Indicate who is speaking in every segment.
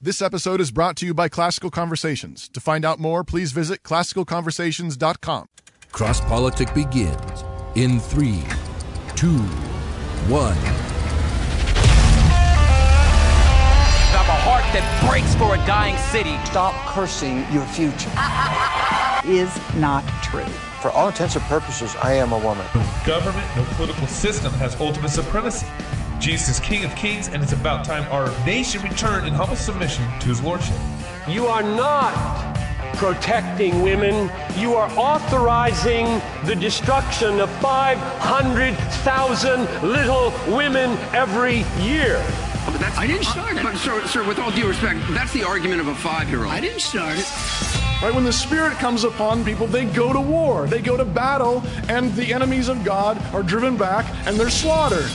Speaker 1: This episode is brought to you by Classical Conversations. To find out more, please visit classicalconversations.com.
Speaker 2: Cross Politic begins in three, two, one.
Speaker 3: I'm a heart that breaks for a dying city.
Speaker 4: Stop cursing your future.
Speaker 5: is not true.
Speaker 4: For all intents and purposes, I am a woman.
Speaker 6: No government, no political system has ultimate supremacy. Jesus is King of Kings, and it's about time our nation returned in humble submission to his lordship.
Speaker 7: You are not protecting women. You are authorizing the destruction of 500,000 little women every year.
Speaker 8: But that's,
Speaker 9: I didn't start it.
Speaker 8: But, sir, sir, with all due respect, that's the argument of a five-year-old.
Speaker 9: I didn't start it.
Speaker 10: Right when the spirit comes upon people, they go to war, they go to battle, and the enemies of God are driven back and they're slaughtered.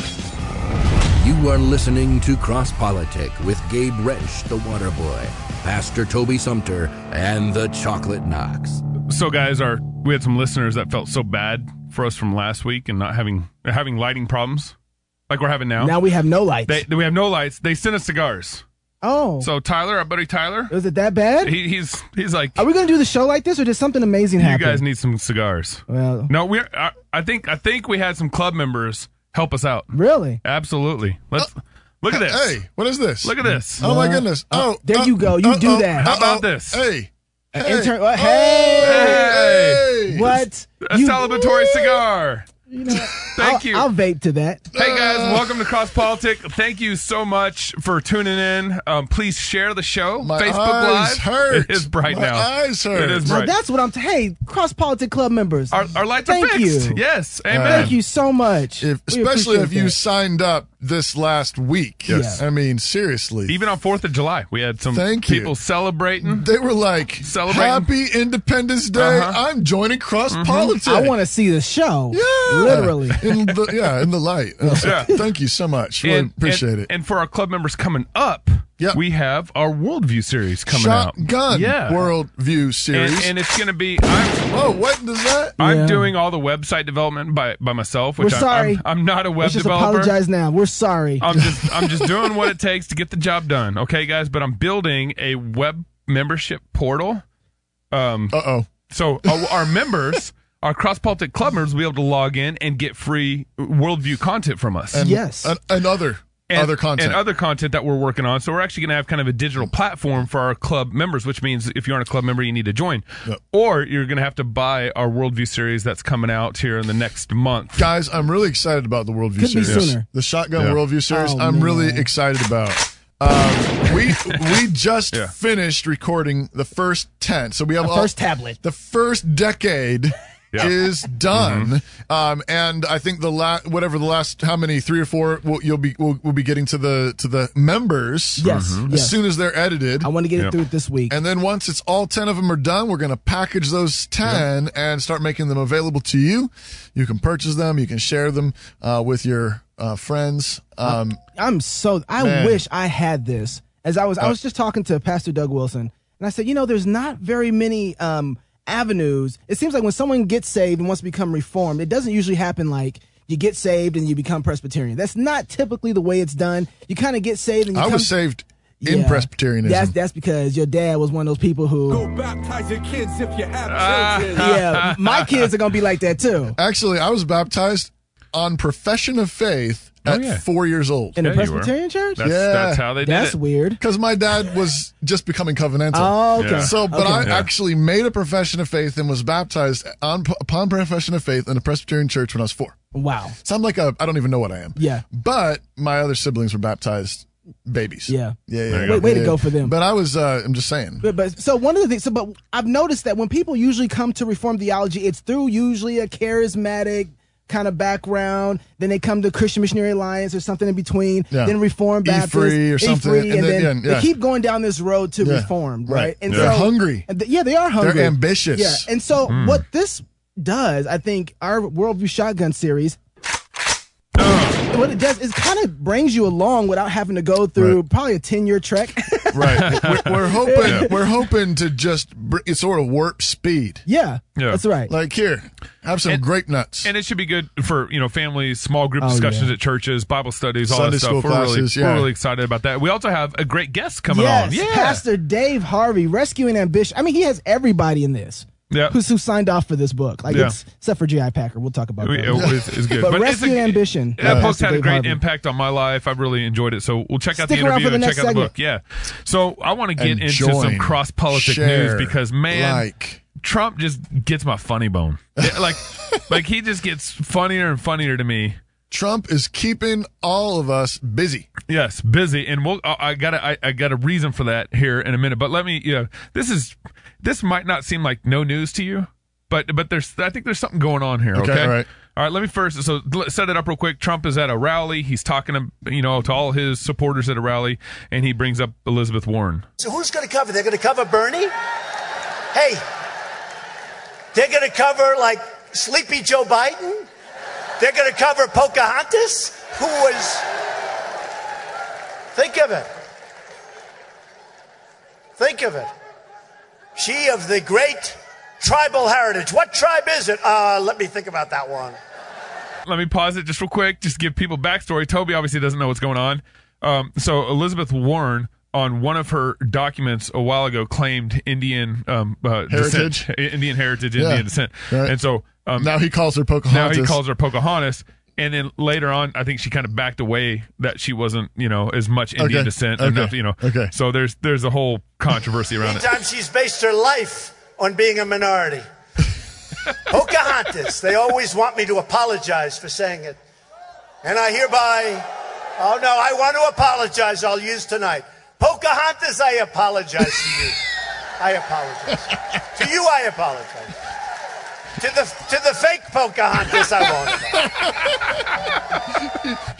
Speaker 2: You are listening to Cross Politic with Gabe Wrench, the water boy, Pastor Toby Sumter, and the Chocolate Knox.
Speaker 6: So, guys, our we had some listeners that felt so bad for us from last week and not having or having lighting problems like we're having now.
Speaker 11: Now we have no lights.
Speaker 6: They, we have no lights. They sent us cigars.
Speaker 11: oh,
Speaker 6: So Tyler, our buddy Tyler,
Speaker 11: was it that bad?
Speaker 6: he, he's he's like,
Speaker 11: Are we gonna do the show like this, or did something amazing
Speaker 6: you
Speaker 11: happen?
Speaker 6: guys need some cigars.
Speaker 11: well,
Speaker 6: No, we I, I think I think we had some club members help us out.
Speaker 11: really?
Speaker 6: Absolutely. Let's look at this.
Speaker 1: Hey, what is this?
Speaker 6: Look at this.
Speaker 1: Oh my goodness.
Speaker 11: uh,
Speaker 1: Oh,
Speaker 11: there
Speaker 1: uh,
Speaker 11: you go. You
Speaker 1: uh,
Speaker 11: do
Speaker 1: oh,
Speaker 11: that.
Speaker 6: How about
Speaker 1: uh,
Speaker 6: this?
Speaker 1: Hey.
Speaker 11: An
Speaker 1: hey.
Speaker 11: intern- well, hey!
Speaker 1: hey.
Speaker 11: What?
Speaker 6: A celebratory cigar. Thank
Speaker 11: I'll- uh,
Speaker 6: you.
Speaker 11: I'll vape to that.
Speaker 6: Hey guys, welcome to Cross Politic. Thank you so much for tuning in. Um, please share the show.
Speaker 1: My
Speaker 6: Facebook
Speaker 1: eyes
Speaker 6: Live
Speaker 1: hurt.
Speaker 6: It is bright
Speaker 1: My
Speaker 6: now.
Speaker 1: eyes hurt.
Speaker 6: It is
Speaker 11: Now
Speaker 6: bright.
Speaker 11: that's what I'm. T- hey, cross politic club members.
Speaker 6: our, our lights
Speaker 11: Thank
Speaker 6: are fixed.
Speaker 11: You.
Speaker 6: Yes,
Speaker 1: Uh,
Speaker 6: amen.
Speaker 11: Thank you so much.
Speaker 1: If,
Speaker 11: We
Speaker 1: especially if
Speaker 11: appreciate
Speaker 1: you
Speaker 11: that.
Speaker 1: signed up this last week.
Speaker 11: Yes.
Speaker 1: I mean, seriously.
Speaker 6: Even on Fourth of July, we had some
Speaker 1: Thank you.
Speaker 6: people celebrating.
Speaker 1: they were like,
Speaker 6: Celebrating.
Speaker 1: Happy Independence Day.
Speaker 6: Uh-huh.
Speaker 1: I'm joining Cross Politics.
Speaker 11: I want to see the show.
Speaker 1: Yeah.
Speaker 11: literally.
Speaker 1: In the, yeah, in the light.
Speaker 6: Yeah.
Speaker 1: Thank you so much. Really appreciate
Speaker 6: and,
Speaker 1: it.
Speaker 6: And for our club members coming up,
Speaker 1: Yep.
Speaker 6: we have our Worldview series coming out.
Speaker 1: Shotgun
Speaker 6: yeah.
Speaker 1: World View
Speaker 6: and,
Speaker 1: series.
Speaker 6: and it's going to be. I'm,
Speaker 1: Whoa, what is that?
Speaker 6: I'm
Speaker 11: Yeah.
Speaker 6: doing all the website development by, by myself, which
Speaker 11: We're
Speaker 6: I'm,
Speaker 11: sorry.
Speaker 6: I'm, I'm not a web
Speaker 11: Let's just
Speaker 6: developer. Um,
Speaker 11: apologize now. We're sorry.
Speaker 6: I'm just I'm just doing what it takes to get the job done. Okay, guys, but I'm building a web membership portal. Um,
Speaker 1: Uh oh.
Speaker 6: so our, our members, our cross politic club members, will be able to log in and get free worldview content from us.
Speaker 11: yes.
Speaker 1: An, another
Speaker 6: And-
Speaker 1: other content.
Speaker 6: and other content that we're working on. So we're actually going to have kind of a digital platform for our club members, which means if you aren't a club member, you need to join, or you're going to have to buy our worldview series that's coming out here in the next month.
Speaker 1: Guys, I'm really excited about the Worldview
Speaker 11: Could be
Speaker 1: series.
Speaker 11: sooner.
Speaker 1: The Shotgun
Speaker 6: Yeah.
Speaker 1: Worldview series.
Speaker 11: Oh,
Speaker 1: I'm
Speaker 11: man.
Speaker 1: really excited about. Um, we we just
Speaker 6: Yeah.
Speaker 1: finished recording the first ten, so we have
Speaker 6: uh,
Speaker 11: The
Speaker 1: all-
Speaker 11: first tablet.
Speaker 1: The first decade
Speaker 6: Yeah. Mm-hmm.
Speaker 1: is done, um, and I think the la- whatever the last how many three or four we'll, you'll be we'll, we'll be getting to the to the members
Speaker 11: Yes,
Speaker 1: as
Speaker 11: yes.
Speaker 1: soon as they're edited.
Speaker 11: I want to get
Speaker 6: Yeah.
Speaker 11: it through it this week.
Speaker 1: And then once it's all 10 of them are done, we're going to package those 10 and start making them available to you. You can purchase them, you can share them uh, with your uh, friends.
Speaker 11: Uh,
Speaker 1: Um,
Speaker 11: I'm so I
Speaker 1: Man. Uh,
Speaker 11: wish I had this. As I was I was just talking to Pastor Doug Wilson and I said, you know, there's not very many um avenues. It seems like when someone gets saved and wants to become reformed, it doesn't usually happen like you get saved and you become Presbyterian. That's not typically the way it's done. You kind of get saved and you
Speaker 1: I
Speaker 11: come,
Speaker 1: was saved in
Speaker 11: Yeah.
Speaker 1: Presbyterianism.
Speaker 11: That's that's because your dad was one of those people who
Speaker 7: baptize your kids if you have
Speaker 6: Ah.
Speaker 7: children.
Speaker 11: Yeah, my kids are gonna be like that too.
Speaker 1: Actually, I was baptized on profession of faith at
Speaker 6: Oh, yeah.
Speaker 1: four years old
Speaker 11: In a
Speaker 6: Yeah, you were.
Speaker 11: Presbyterian church?
Speaker 6: That's,
Speaker 1: Yeah.
Speaker 6: that's how they did
Speaker 11: That's
Speaker 6: it.
Speaker 11: weird.
Speaker 1: because my dad was just becoming covenantal.
Speaker 11: Oh, okay.
Speaker 6: Yeah.
Speaker 1: So, but
Speaker 11: Okay.
Speaker 1: I
Speaker 6: Yeah.
Speaker 1: actually made a profession of faith and was baptized on, upon profession of faith in a Presbyterian church when I was four.
Speaker 11: Wow.
Speaker 1: So I'm like a I don't even know what I am.
Speaker 11: Yeah.
Speaker 1: But my other siblings were baptized babies.
Speaker 11: Yeah.
Speaker 1: Yeah. yeah,
Speaker 6: There you
Speaker 1: yeah,
Speaker 6: go.
Speaker 11: Way- way to
Speaker 1: yeah.
Speaker 11: go for them.
Speaker 1: But I was uh I'm just saying.
Speaker 11: But, but so one of the things, so but I've noticed that when people usually come to Reformed theology, it's through usually a charismatic kind of background. Then they come to Christian Missionary Alliance or something in between.
Speaker 1: Yeah.
Speaker 11: Then Reformed
Speaker 1: E-Free
Speaker 11: Baptist,
Speaker 1: or something,
Speaker 11: E-Free, and,
Speaker 1: and then-
Speaker 11: then,
Speaker 1: yeah, yeah.
Speaker 11: they keep going down this road to
Speaker 1: Yeah.
Speaker 11: Reformed,
Speaker 1: Right.
Speaker 11: right? And
Speaker 1: They're hungry.
Speaker 11: and th- yeah, they are hungry.
Speaker 1: ambitious. Hmm.
Speaker 11: Yeah, and so what this does, I think, our worldview shotgun series. What it does is kind of brings you along without having to go through
Speaker 1: Right.
Speaker 11: probably a ten-year trek.
Speaker 1: Right. we're, we're hoping we're hoping to just br- it's sort of warp speed.
Speaker 11: yeah,
Speaker 6: Yeah.
Speaker 11: that's right.
Speaker 1: Like here, Have some
Speaker 6: And-
Speaker 1: grape nuts.
Speaker 6: And it should be good for you know families, small group
Speaker 11: Oh,
Speaker 6: discussions
Speaker 11: yeah.
Speaker 6: at churches, Bible studies, all
Speaker 1: Sunday
Speaker 6: that stuff.
Speaker 1: school
Speaker 6: we're
Speaker 1: classes,
Speaker 6: really,
Speaker 1: yeah.
Speaker 6: we're really excited about that. We also have a great guest coming
Speaker 11: yes,
Speaker 6: on. Yeah,
Speaker 11: Pastor Dave Harvey, rescuing ambition. I mean, he has everybody in this.
Speaker 6: Yeah.
Speaker 11: who's who signed off for this book? Like,
Speaker 6: Yeah.
Speaker 11: it's, except for GI Packer, we'll talk about
Speaker 6: We-
Speaker 11: that.
Speaker 6: it was- it's good.
Speaker 11: But
Speaker 6: it's
Speaker 11: Rescue Ambition,
Speaker 6: That
Speaker 11: uh,
Speaker 6: post
Speaker 11: Pastor
Speaker 6: had a
Speaker 11: Dave
Speaker 6: great
Speaker 11: Harvey.
Speaker 6: impact on my life. I really enjoyed it. So we'll check out
Speaker 11: Stick
Speaker 6: the
Speaker 11: around
Speaker 6: interview
Speaker 11: for the
Speaker 6: and check
Speaker 11: next
Speaker 6: out the book. Yeah. So I want to get
Speaker 1: And
Speaker 6: into
Speaker 1: join,
Speaker 6: some cross politic news
Speaker 1: share,
Speaker 6: because man,
Speaker 1: like.
Speaker 6: Trump just gets my funny bone. Yeah, like, like he just gets funnier and funnier to me.
Speaker 1: Trump is keeping all of us busy.
Speaker 6: Yes, busy, and we'll. I I got a, I, I got a reason for that here in a minute. But let me. You know, this is this might not seem like no news to you, but but there's I think there's something going on here.
Speaker 1: Okay,
Speaker 6: Okay,
Speaker 1: all right.
Speaker 6: All right, let me first so let- set it up real quick. Trump is at a rally. He's talking, to, you know, to all his supporters at a rally, and he brings up Elizabeth Warren.
Speaker 9: So who's going to cover? They're going to cover Bernie? Hey, they're going to cover like sleepy Joe Biden? They're going to cover Pocahontas, who was. Think of it. Think of it. She of the great tribal heritage. What tribe is it? Uh, let me think about that one.
Speaker 6: Let me pause it just real quick. Just give people backstory. Toby obviously doesn't know what's going on. Um, so Elizabeth Warren. On one of her documents a while ago, claimed Indian um, uh,
Speaker 1: Heritage?
Speaker 6: descent, Indian heritage,
Speaker 1: Yeah.
Speaker 6: Indian descent,
Speaker 1: Right.
Speaker 6: and so um,
Speaker 1: Now he calls her
Speaker 6: now
Speaker 1: Pocahontas.
Speaker 6: he calls her Pocahontas. And then later on, I think she kind of backed away that she wasn't, you know, as much Indian
Speaker 1: Okay.
Speaker 6: descent.
Speaker 1: Okay.
Speaker 6: Enough, you know.
Speaker 1: Okay.
Speaker 6: So there's there's a whole controversy around it.
Speaker 9: Anytime she's based her life on being a minority. Pocahontas. They always want me to apologize for saying it. And I hereby, oh no, I want to apologize. I'll use tonight. Pocahontas, I apologize to you. I apologize. To you, I apologize. To the, to the fake Pocahontas, I won't.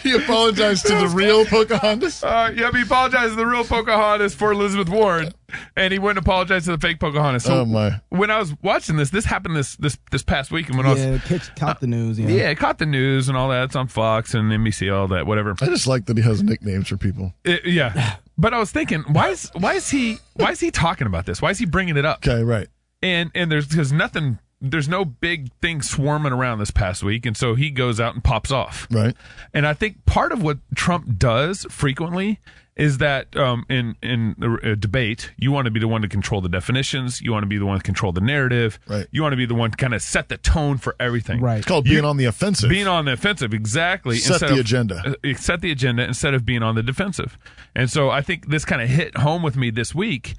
Speaker 1: he apologized to the real Pocahontas.
Speaker 6: Uh, yeah, he apologized to the real Pocahontas for Elizabeth Warren, and he wouldn't apologize to the fake Pocahontas. So
Speaker 1: Oh, my.
Speaker 6: When I was watching this, this happened this this this past week, and when I
Speaker 11: yeah,
Speaker 6: was
Speaker 11: catch, caught the news. Yeah,
Speaker 6: yeah, I caught the news and all that. It's on Fox and NBC, all that, whatever.
Speaker 1: I just like that he has nicknames for people.
Speaker 6: It- yeah, but I was thinking, why is why is he why is he talking about this? Why is he bringing it up?
Speaker 1: Okay, right.
Speaker 6: and and there's because nothing there's no big thing swarming around this past week and so he goes out and pops off
Speaker 1: Right.
Speaker 6: and i think part of what trump does frequently is that um, in in a debate you want to be the one to control the definitions you want to be the one to control the narrative
Speaker 1: Right.
Speaker 6: you want to be the one to kind of set the tone for everything
Speaker 11: Right.
Speaker 1: It's called being on the offensive.
Speaker 6: being on the offensive exactly
Speaker 1: Set
Speaker 6: instead
Speaker 1: the
Speaker 6: of-
Speaker 1: agenda.
Speaker 6: uh, set the agenda instead of being on the defensive and so i think this kind of hit home with me this week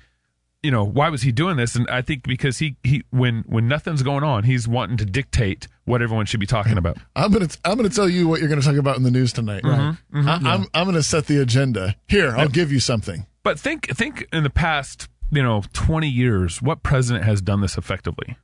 Speaker 6: you know why was he doing this and i think because he, he when when nothing's going on he's wanting to dictate what everyone should be talking about
Speaker 1: I'm gonna I'm gonna tell you what you're gonna talk about in the news tonight. I, I'm I'm gonna set the agenda. Here, I'll give you something.
Speaker 6: but think think in the past you know 20 years what president has done this effectively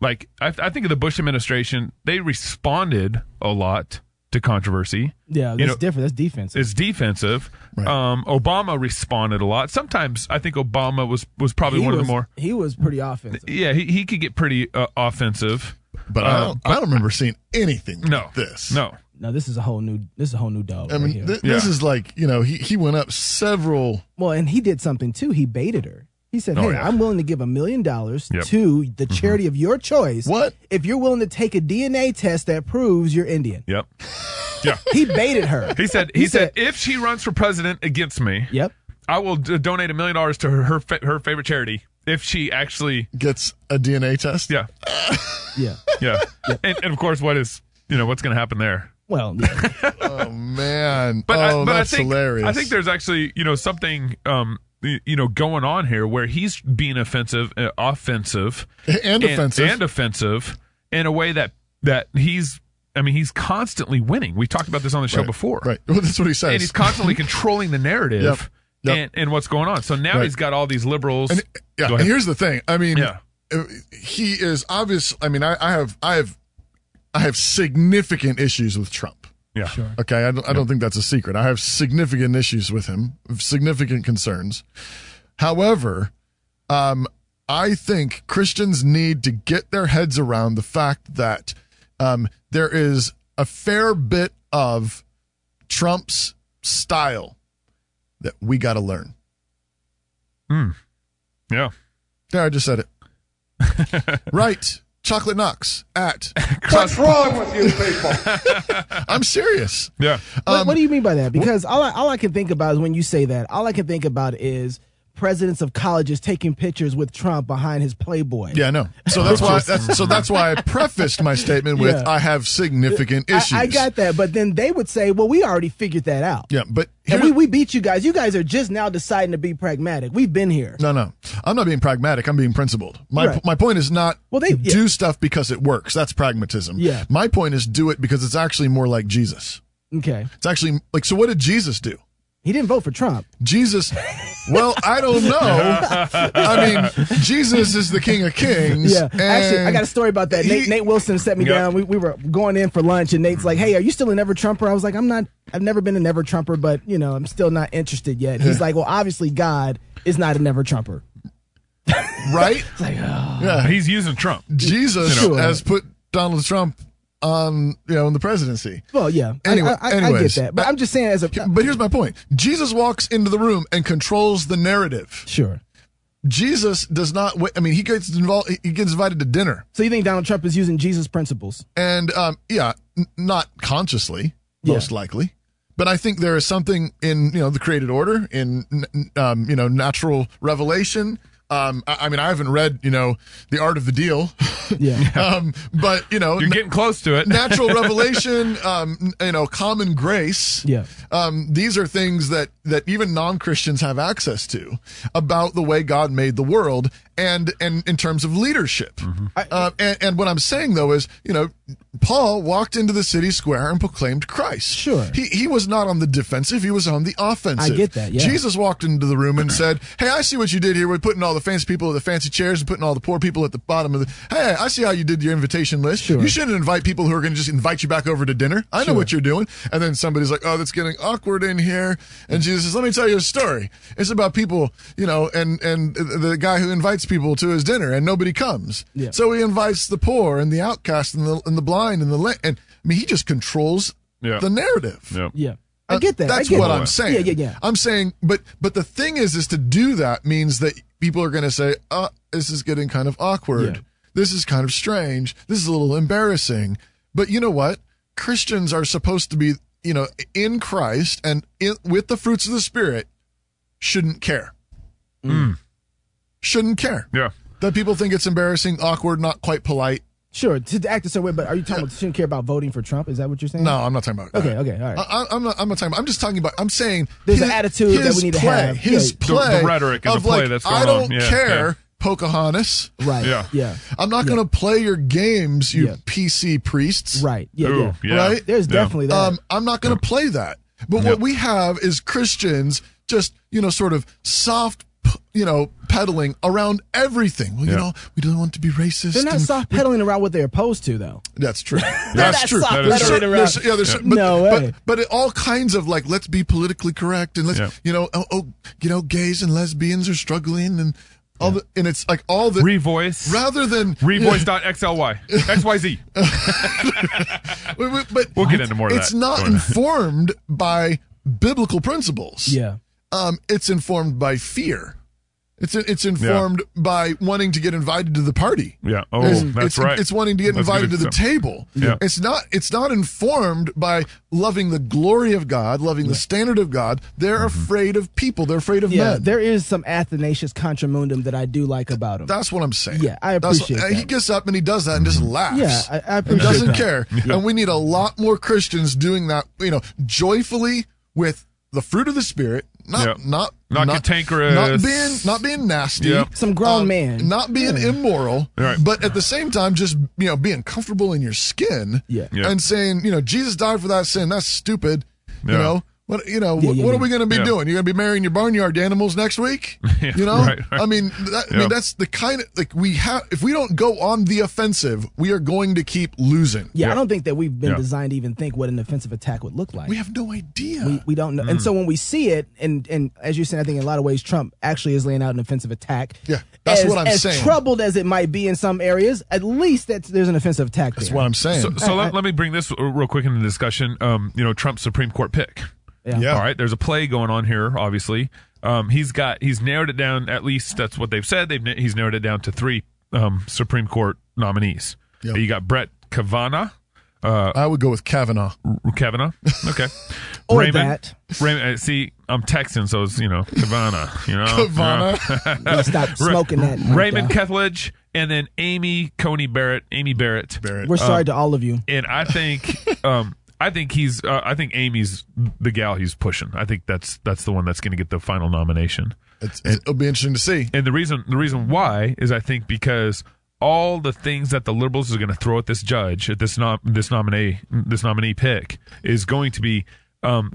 Speaker 6: like i, I think of the bush administration they responded a lot to controversy
Speaker 11: yeah, that's
Speaker 6: You know,
Speaker 11: different. That's defense.
Speaker 6: It's defensive.
Speaker 1: Right.
Speaker 6: Um, Obama responded a lot. Sometimes I think Obama was was probably
Speaker 11: He
Speaker 6: one
Speaker 11: was,
Speaker 6: of the more.
Speaker 11: He was pretty offensive.
Speaker 6: Yeah, he, he could get pretty uh, offensive.
Speaker 1: But I don't I don't remember seeing anything
Speaker 6: Uh, No,
Speaker 1: like this.
Speaker 6: no,
Speaker 11: No, this is a whole new. This is a whole new dog.
Speaker 1: I
Speaker 11: right
Speaker 1: mean
Speaker 11: here.
Speaker 1: thi- this
Speaker 6: Yeah.
Speaker 1: is like you know he he went up several.
Speaker 11: Well, and he did something too. He baited her. He said,
Speaker 6: Oh,
Speaker 11: "Hey,
Speaker 6: yeah.
Speaker 11: I'm willing to give a million dollars
Speaker 6: Yep. Mm-hmm.
Speaker 11: to the charity of your choice.
Speaker 1: What?
Speaker 11: if you're willing to take a DNA test that proves you're Indian?"
Speaker 6: yep, yeah.
Speaker 11: He baited her.
Speaker 6: He said he, said, if she runs for president against me,
Speaker 11: "Yep,
Speaker 6: I will d- donate a million dollars to her her, fa- her favorite charity if she actually
Speaker 1: Gets a DNA test.
Speaker 6: yeah
Speaker 11: yeah."
Speaker 6: yeah and, and of course what is you know what's going to happen there.
Speaker 11: Well, yeah.
Speaker 1: Oh man.
Speaker 6: But,
Speaker 1: oh,
Speaker 6: I, but
Speaker 1: that's
Speaker 6: I think,
Speaker 1: hilarious.
Speaker 6: I think there's actually you know something um y- you know going on here where he's being offensive, uh, offensive,
Speaker 1: And offensive.
Speaker 6: and offensive in a way that that he's. I mean, he's constantly winning. We talked about this on the show
Speaker 1: Right,
Speaker 6: before,
Speaker 1: Right. Well, that's what he says.
Speaker 6: And he's constantly controlling the narrative
Speaker 1: Yep, yep.
Speaker 6: And, and what's going on. So now
Speaker 1: Right.
Speaker 6: he's got all these liberals.
Speaker 1: And, yeah, and
Speaker 6: Go ahead.
Speaker 1: here's the thing. I mean,
Speaker 6: Yeah.
Speaker 1: uh, he is obvious. I mean, I, I have, I have, I have significant issues with Trump.
Speaker 6: yeah,
Speaker 1: Okay, I don't, I don't think that's a secret. I have significant issues with him, significant concerns. However, um, I think Christians need to get their heads around the fact that um, there is a fair bit of Trump's style that we got to learn.
Speaker 6: yeah.
Speaker 1: There, I just said it. Write Chocolate Knox at
Speaker 9: What's wrong with you people?
Speaker 1: I'm serious.
Speaker 6: Yeah.
Speaker 11: What, what do you mean by that? Because all I, all I can think about is when you say that, all I can think about is presidents of colleges taking pictures with Trump behind his Playboy.
Speaker 1: Yeah, I know. So that's why. That's, so that's why I prefaced my statement with
Speaker 11: Yeah.
Speaker 1: I have significant issues.
Speaker 11: I, I got that, but then they would say, "Well, we already figured that out."
Speaker 1: Yeah, but
Speaker 11: and
Speaker 1: here-
Speaker 11: we, we beat you guys. You guys are just now deciding to be pragmatic. We've been here.
Speaker 1: No, no. I'm not being pragmatic. I'm being principled. My
Speaker 11: Right.
Speaker 1: my point is not
Speaker 11: Well, they- yeah.
Speaker 1: do stuff because it works. That's pragmatism.
Speaker 11: Yeah.
Speaker 1: My point is do it because it's actually more like Jesus.
Speaker 11: Okay,
Speaker 1: It's actually like so. What did Jesus do?
Speaker 11: he didn't vote for Trump.
Speaker 1: Jesus. Well, I don't know. I mean, Jesus is the King of Kings.
Speaker 11: Yeah, actually, I
Speaker 1: and
Speaker 11: got a story about that. Nate,
Speaker 1: he-
Speaker 11: Nate Wilson set me
Speaker 6: Yep.
Speaker 11: down. We, we were going in for lunch, and Nate's like, "Hey, are you still a Never Trumper?" I was like, "I'm not. I've never been a Never Trumper, but you know, I'm still not interested yet." He's like, "Well, obviously, God is not a Never Trumper."
Speaker 1: right. yeah.
Speaker 6: He's using Trump.
Speaker 1: Jesus
Speaker 11: Sure.
Speaker 1: has put Donald Trump on you know in the presidency.
Speaker 11: Well, yeah. I-
Speaker 1: Anyway,
Speaker 11: I, I, I get
Speaker 1: anyways.
Speaker 11: that, but I'm just saying as a uh,
Speaker 1: But here's my point. Jesus walks into the room and controls the narrative.
Speaker 11: sure.
Speaker 1: Jesus does not. wi- I mean, he gets involved. He gets invited to dinner,
Speaker 11: So you think Donald Trump is using Jesus principles?
Speaker 1: and um, yeah, n- not consciously, most likely. But I think there is something in you know the created order, in n- n- um, you know natural revelation. Um, I, I mean, I haven't read you know the art of the deal.
Speaker 11: Yeah.
Speaker 1: um, but you know,
Speaker 6: You're
Speaker 1: n-
Speaker 6: getting close to it.
Speaker 1: natural revelation, um, n- you know, common grace.
Speaker 11: Yeah.
Speaker 1: Um, these are things that, that even non-Christians have access to about the way God made the world and, and in terms of leadership.
Speaker 11: Mm-hmm.
Speaker 1: Uh, and, and what I'm saying though is, you know, Paul walked into the city square and proclaimed Christ.
Speaker 11: Sure.
Speaker 1: He, he was not on the defensive. He was on the offensive.
Speaker 11: I get that, yeah.
Speaker 1: Jesus walked into the room and said, Hey, I see what you did here with putting all the fancy people at the fancy chairs and putting all the poor people at the bottom of the, Hey, I see how you did your invitation list.
Speaker 11: Sure.
Speaker 1: You shouldn't invite people who are going to just invite you back over to dinner. I know what you're doing. And then somebody's like, oh, that's getting awkward in here. And Jesus says, let me tell you a story. It's about people, you know, and, and the guy who invites people to his dinner and nobody comes.
Speaker 11: Yeah.
Speaker 1: So he invites the poor and the outcast and the, and the blind and the, la- and I mean, he just controls
Speaker 6: Yeah.
Speaker 1: the narrative.
Speaker 6: Yeah.
Speaker 11: Yeah. I get that. I
Speaker 1: Uh, That's
Speaker 11: get
Speaker 1: what
Speaker 11: that.
Speaker 1: I'm saying.
Speaker 11: Yeah, yeah, yeah.
Speaker 1: I'm saying, but but the thing is, is to do that means that people are going to say, "Uh, this is getting kind of awkward.
Speaker 11: Yeah.
Speaker 1: This is kind of strange. This is a little embarrassing." But you know what? Christians are supposed to be, you know, in Christ and in, with the fruits of the Spirit, shouldn't care. Shouldn't care
Speaker 6: Yeah.
Speaker 1: that people think it's embarrassing, awkward, not quite polite.
Speaker 11: Sure, to act a certain way, but are you talking about shouldn't care about voting for Trump? Is that what you're saying?
Speaker 1: No, Uh, I'm not talking about.
Speaker 11: Okay,
Speaker 1: that.
Speaker 11: okay, all right.
Speaker 1: I, I- I'm not. I'm not talking. About, I'm just talking about. I'm saying
Speaker 11: There's an attitude that
Speaker 1: his
Speaker 11: we need to
Speaker 1: play,
Speaker 11: have.
Speaker 1: His
Speaker 11: Yeah.
Speaker 6: The-
Speaker 1: play,
Speaker 6: the rhetoric and
Speaker 1: of
Speaker 6: the play
Speaker 1: like,
Speaker 6: that's
Speaker 1: I
Speaker 6: going
Speaker 1: don't
Speaker 6: on. Yeah,
Speaker 1: care,
Speaker 6: yeah.
Speaker 1: Pocahontas.
Speaker 11: Right.
Speaker 6: Yeah.
Speaker 11: Yeah. Yeah.
Speaker 1: I'm not going to play your games, you
Speaker 11: Yeah.
Speaker 1: PC priests.
Speaker 11: Right. Yeah.
Speaker 6: Ooh,
Speaker 11: yeah.
Speaker 6: yeah.
Speaker 1: Right?
Speaker 11: There's
Speaker 6: Yeah.
Speaker 11: definitely that.
Speaker 1: Um, I'm not going to play that. But
Speaker 6: Yeah.
Speaker 1: what we have is Christians just, you know, sort of soft, p- you know, peddling around everything. Well,
Speaker 6: Yeah.
Speaker 1: you know, we don't want to be racist.
Speaker 11: They're not
Speaker 1: and-
Speaker 11: soft pedaling around what they're opposed to, though.
Speaker 1: That's true. That's,
Speaker 11: that's
Speaker 1: true.
Speaker 11: soft
Speaker 6: That is
Speaker 1: There's
Speaker 6: true.
Speaker 1: certain-
Speaker 11: pedaling around.
Speaker 1: there's- yeah, there's
Speaker 11: Yeah.
Speaker 1: certain- but,
Speaker 11: No
Speaker 1: but-
Speaker 11: way.
Speaker 1: But, it, all kinds of like, let's be politically correct and let's,
Speaker 6: Yeah.
Speaker 1: you know, oh, oh, you know, gays and lesbians are struggling and all the, and it's like all the,
Speaker 6: Revoice.
Speaker 1: rather than
Speaker 6: Revoice.xly. XYZ.
Speaker 1: Wait, wait, but
Speaker 6: We'll get into more of
Speaker 1: It's
Speaker 6: that.
Speaker 1: not
Speaker 6: Going on.
Speaker 1: informed by biblical principles.
Speaker 11: Yeah.
Speaker 1: Um, it's informed by fear. It's it's informed by wanting to get invited to the party.
Speaker 6: Yeah. Oh,
Speaker 1: It's-
Speaker 6: that's
Speaker 1: it's-
Speaker 6: right.
Speaker 1: It's wanting to get
Speaker 6: That's
Speaker 1: invited to
Speaker 6: good
Speaker 1: the
Speaker 6: stuff.
Speaker 1: table.
Speaker 6: Yeah.
Speaker 1: It's not it's not informed by loving the glory of God, loving the standard of God. They're
Speaker 6: Mm-hmm.
Speaker 1: afraid of people. They're afraid of
Speaker 11: Yeah.
Speaker 1: men.
Speaker 11: There is some Athanasius Contramundum that I do like about him.
Speaker 1: That's what I'm saying.
Speaker 11: Yeah, I
Speaker 1: That's-
Speaker 11: appreciate
Speaker 1: uh, He
Speaker 11: that. Mm-hmm.
Speaker 1: gets up and he does that and just laughs.
Speaker 11: Yeah, I- I appreciate
Speaker 1: And doesn't
Speaker 11: that.
Speaker 1: care. And we need a lot more Christians doing that, you know, joyfully with the fruit of the spirit, not
Speaker 6: Yeah.
Speaker 1: not
Speaker 6: Not cantankerous.
Speaker 1: not being not being nasty, um,
Speaker 6: Yeah.
Speaker 11: Some grown man.
Speaker 1: not being immoral,
Speaker 6: Right.
Speaker 1: but at the same time just you know being comfortable in your skin,
Speaker 11: Yeah.
Speaker 6: Yeah.
Speaker 1: and saying you know Jesus died for that sin. That's stupid, you
Speaker 6: Yeah.
Speaker 1: know. What you know? what,
Speaker 11: yeah,
Speaker 1: what are
Speaker 11: yeah.
Speaker 1: we going to be
Speaker 6: Yeah.
Speaker 1: doing? You're going to be marrying your barnyard animals next week, you know?
Speaker 6: right, right.
Speaker 1: I mean, that, I
Speaker 6: Yeah.
Speaker 1: mean that's the kind of like we have. If we don't go on the offensive, we are going to keep losing.
Speaker 11: yeah,
Speaker 6: Yeah.
Speaker 11: I don't think that we've been
Speaker 6: Yeah.
Speaker 11: designed to even think what an offensive attack would look like.
Speaker 1: We have Mm. no idea.
Speaker 11: we, we don't know. And so when we see it, and and as you're saying, I think in a lot of ways, Trump actually is laying out an offensive attack.
Speaker 1: Yeah, that's
Speaker 11: as,
Speaker 1: what I'm
Speaker 11: as
Speaker 1: saying.
Speaker 11: troubled as it might be in some areas, at least that's, there's an offensive attack
Speaker 1: that's
Speaker 11: there.
Speaker 1: what I'm saying.
Speaker 6: So, so let, let me bring this real quick into the discussion. Um, you know, Trump's Supreme Court pick.
Speaker 11: Yeah.
Speaker 1: Yeah.
Speaker 6: All right. There's a play going on here, obviously. Um, he's got he's narrowed it down. At least that's what they've said. They've na- he's narrowed it down to three um, Supreme Court nominees.
Speaker 1: Yep.
Speaker 6: You got Brett Kavanaugh. Uh,
Speaker 1: I would go with Kavanaugh.
Speaker 6: Kavanaugh. Okay.
Speaker 11: Or that.
Speaker 6: Raymond. uh, See, I'm Texan, so it's you know Kavanaugh. You know
Speaker 1: Kavanaugh.
Speaker 6: You know?
Speaker 11: Let's stop smoking that.
Speaker 6: Raymond Kethledge, and then Amy Coney Barrett. Amy Barrett.
Speaker 1: Barrett.
Speaker 11: We're sorry to all of you.
Speaker 6: and I think um, I think he's uh, I think Amy's the gal he's pushing. I think that's that's the one that's going to get the final nomination.
Speaker 1: It's, it'll be interesting to see.
Speaker 6: And the reason the reason why is I think because all the things that the liberals are going to throw at this judge at this nom- this nominee this nominee pick is going to be um,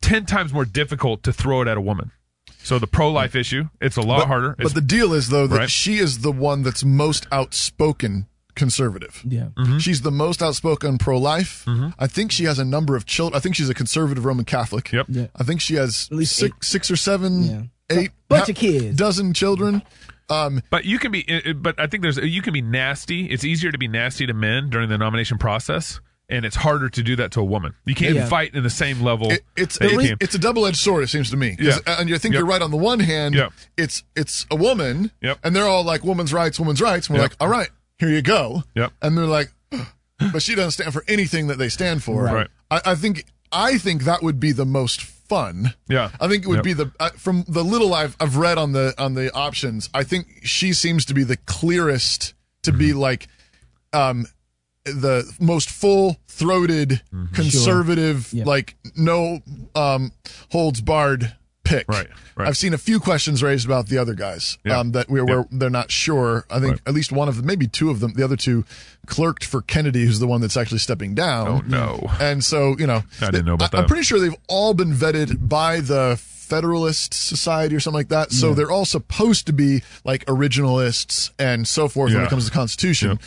Speaker 6: ten times more difficult to throw it at a woman. So the pro life issue it's a lot
Speaker 1: But-
Speaker 6: harder.
Speaker 1: But
Speaker 6: It's-
Speaker 1: the deal is though that
Speaker 6: Right.
Speaker 1: she is the one that's most outspoken conservative.
Speaker 11: Yeah.
Speaker 6: Mm-hmm.
Speaker 1: She's the most outspoken pro life. I think she has a number of children. I think she's a conservative Roman Catholic.
Speaker 6: Yep. Yeah.
Speaker 1: I think she has
Speaker 11: At least
Speaker 1: six, six or seven,
Speaker 11: Yeah.
Speaker 1: eight,
Speaker 11: Bunch of kids.
Speaker 1: dozen children. Um,
Speaker 6: But you can be, it- it- but I think there's, you can be nasty. It's easier to be nasty to men during the nomination process, and it's harder to do that to a woman. You can't
Speaker 11: Yeah.
Speaker 6: fight in the same level.
Speaker 1: it- it's
Speaker 6: that you
Speaker 1: it's-
Speaker 6: can.
Speaker 1: it's a double edged sword. It seems to me. 'Cause- uh,
Speaker 6: Yeah.
Speaker 1: And I think
Speaker 6: Yep.
Speaker 1: you're right. On the one hand,
Speaker 6: Yep.
Speaker 1: it's it's a woman,
Speaker 6: Yep.
Speaker 1: and they're all like women's rights, women's rights. And we're
Speaker 6: Yep.
Speaker 1: like, all right, here you go.
Speaker 6: Yep.
Speaker 1: And they're like, but she doesn't stand for anything that they stand for.
Speaker 6: Right.
Speaker 1: I, I think I think that would be the most fun.
Speaker 6: Yeah.
Speaker 1: I think it would
Speaker 6: Yep.
Speaker 1: be the uh, from the little I've I've read on the on the options. I think she seems to be the clearest to
Speaker 6: Mm-hmm.
Speaker 1: be like, um, the most full throated
Speaker 6: Mm-hmm.
Speaker 1: conservative
Speaker 11: Yep.
Speaker 1: like no um holds barred pick.
Speaker 6: Right, right.
Speaker 1: I've seen a few questions raised about the other guys
Speaker 6: Yeah.
Speaker 1: um, that we're, where they're not sure. I think
Speaker 6: Right.
Speaker 1: at least one of them, maybe two of them, the other two clerked for Kennedy, who's the one that's actually stepping down.
Speaker 6: oh no.
Speaker 1: And so, you know,
Speaker 6: I didn't know about
Speaker 1: I'm
Speaker 6: that.
Speaker 1: pretty sure they've all been vetted by the Federalist Society or something like that. So they're all supposed to be like originalists and so forth when it
Speaker 6: Yeah.
Speaker 1: comes to the Constitution.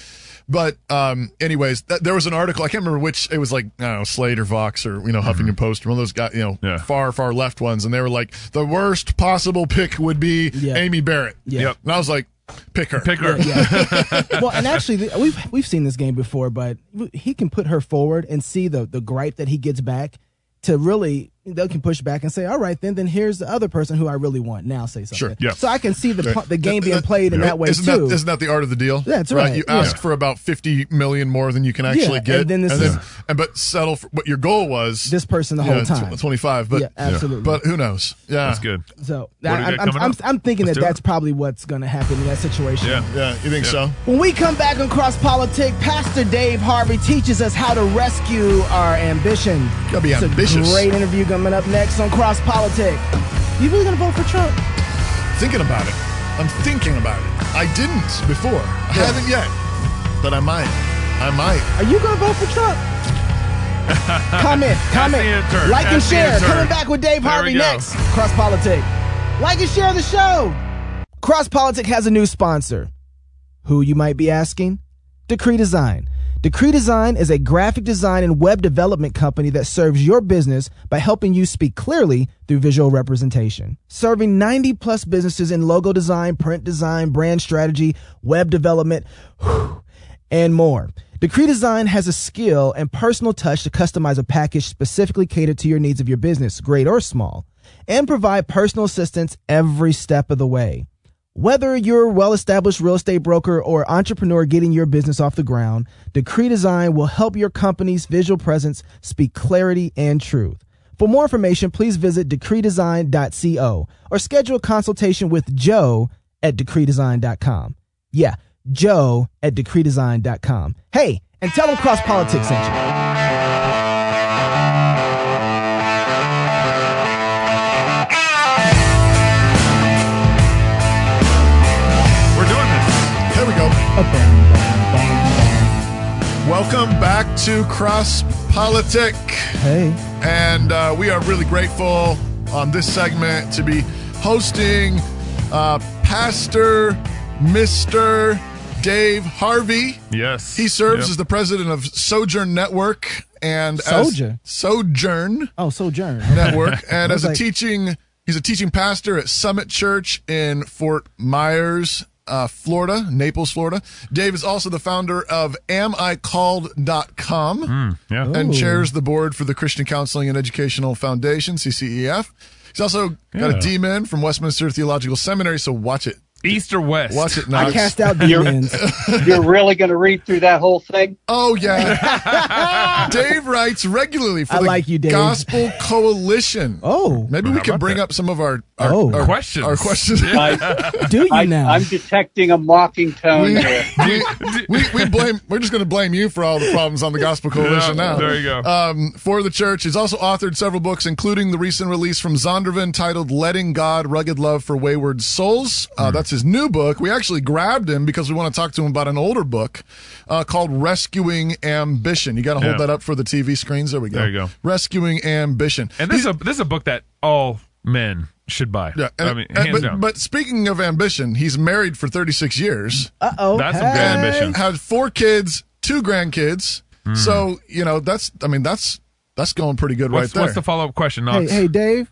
Speaker 1: But um, anyways, that, there was an article I can't remember which it was like I don't know Slate or Vox or you know Huffington Post or one of those guys you know
Speaker 6: Mm-hmm. Yeah.
Speaker 1: far far left ones, and they were like the worst possible pick would be
Speaker 11: Yeah.
Speaker 1: Amy Barrett.
Speaker 11: Yeah. Yep.
Speaker 1: and I was like, pick her.
Speaker 6: Pick her.
Speaker 11: Yeah. well, and actually, th- we've we've seen this game before, but w- he can put her forward and see the the gripe that he gets back to really they can push back and say, all right, then then here's the other person who I really want. Now say something.
Speaker 1: Sure,
Speaker 6: yeah.
Speaker 11: So I can see the pu- the game being
Speaker 1: That-
Speaker 11: played in that way
Speaker 1: isn't
Speaker 11: too.
Speaker 1: That, isn't that the art of the deal?
Speaker 11: That's right,
Speaker 1: You
Speaker 11: yeah.
Speaker 1: ask for about fifty million more than you can actually
Speaker 11: Yeah,
Speaker 1: get,
Speaker 11: and then this is-
Speaker 1: and but settle for what your goal was.
Speaker 11: This person the whole time.
Speaker 1: twenty five. But
Speaker 11: Yeah, absolutely.
Speaker 1: But who knows? Yeah,
Speaker 6: That's good.
Speaker 11: so
Speaker 6: What do we
Speaker 11: I,
Speaker 6: got
Speaker 11: am I'm,
Speaker 6: coming
Speaker 11: I'm,
Speaker 6: up?
Speaker 11: I'm thinking
Speaker 6: Let's
Speaker 11: that
Speaker 6: do it.
Speaker 11: that's probably what's going to happen in that situation.
Speaker 6: Yeah.
Speaker 1: Yeah, you think
Speaker 6: Yeah.
Speaker 1: so?
Speaker 11: When we come back on Cross Politic, Pastor Dave Harvey teaches us how to rescue our ambition.
Speaker 1: Gotta be
Speaker 11: It's a
Speaker 1: ambitious.
Speaker 11: great interview coming up next on Cross Politic. You really gonna vote for Trump?
Speaker 1: Thinking about it. I'm thinking about it. I didn't before. I haven't yet, but I might. I might.
Speaker 11: Are you gonna vote for Trump? comment, comment,
Speaker 6: the answer.
Speaker 11: like and
Speaker 6: That's the
Speaker 11: share.
Speaker 6: answer.
Speaker 11: Coming back with Dave
Speaker 6: There we
Speaker 11: Harvey
Speaker 6: go.
Speaker 11: next. Cross Politic. Like and share the show. Cross Politic has a new sponsor. Who you might be asking? Decree Design. Decree Design is a graphic design and web development company that serves your business by helping you speak clearly through visual representation. Serving 90 plus businesses in logo design, print design, brand strategy, web development, and more. Decree Design has a skill and personal touch to customize a package specifically catered to your needs of your business, great or small, and provide personal assistance every step of the way. Whether you're a well established real estate broker or entrepreneur getting your business off the ground, Decree Design will help your company's visual presence speak clarity and truth. For more information, please visit decreedesign.co or schedule a consultation with Joe at decreedesign.com. Yeah, Joe at decreedesign.com. Hey, and tell them Cross Politics sent you.
Speaker 6: We're doing this.
Speaker 1: There we go. Welcome back to Cross Politic.
Speaker 11: Hey,
Speaker 1: and uh, we are really grateful on this segment to be hosting uh, Pastor Mr. Dave Harvey.
Speaker 6: Yes.
Speaker 1: He serves
Speaker 6: Yep.
Speaker 1: as the president of Sojourn Network and as-
Speaker 11: Sojourn?
Speaker 1: Sojourn
Speaker 11: oh, Sojourn.
Speaker 1: Network and as a
Speaker 11: like-
Speaker 1: teaching he's a teaching pastor at Summit Church in Fort Myers. Uh, Florida, Naples, Florida. Dave is also the founder of amicalled.com
Speaker 6: Hmm. yeah.
Speaker 1: and chairs the board for the Christian Counseling and Educational Foundation, CCEF. E He's also got a
Speaker 6: Yeah.
Speaker 1: D-min from Westminster Theological Seminary, so watch it.
Speaker 6: east or west.
Speaker 1: Watch it, Knox.
Speaker 11: I cast out demons.
Speaker 12: You're really going to read through that whole thing?
Speaker 1: Oh yeah. Dave writes regularly for
Speaker 11: I
Speaker 1: the
Speaker 11: like you, Dave.
Speaker 1: Gospel Coalition.
Speaker 11: Oh,
Speaker 1: Maybe we
Speaker 6: How
Speaker 1: can
Speaker 6: about
Speaker 1: bring
Speaker 6: that?
Speaker 1: up some of our our,
Speaker 11: Oh.
Speaker 1: our
Speaker 6: Questions.
Speaker 1: Our questions.
Speaker 12: I,
Speaker 11: do you
Speaker 12: I,
Speaker 11: now?
Speaker 12: I'm detecting a mocking tone
Speaker 1: We,
Speaker 12: here.
Speaker 1: we, we, we blame. We're just going to blame you for all the problems on the Gospel Coalition
Speaker 6: Yeah,
Speaker 1: now.
Speaker 6: there you go.
Speaker 1: Um, for the church, he's also authored several books, including the recent release from Zondervan titled "Letting God: Rugged Love for Wayward Souls." Uh,
Speaker 6: Hmm.
Speaker 1: That's his new book. We actually grabbed him because we want to talk to him about an older book uh, called "Rescuing Ambition." You got to hold
Speaker 6: Yeah.
Speaker 1: that up for the TV screens. There we go.
Speaker 6: There you go.
Speaker 1: "Rescuing Ambition."
Speaker 6: and this is a this is a book that all men should buy.
Speaker 1: yeah, and-
Speaker 6: I mean,
Speaker 1: and-
Speaker 6: hands
Speaker 1: but,
Speaker 6: down.
Speaker 1: but speaking of ambition, he's married for 36 years.
Speaker 11: Uh oh.
Speaker 6: That's some good ambition. Hmm.
Speaker 1: had four kids, two grandkids. So you know that's I mean that's that's going pretty good
Speaker 6: what's,
Speaker 1: right there.
Speaker 6: what's the follow up question,
Speaker 11: Hey,
Speaker 6: Knox?
Speaker 11: hey, Dave,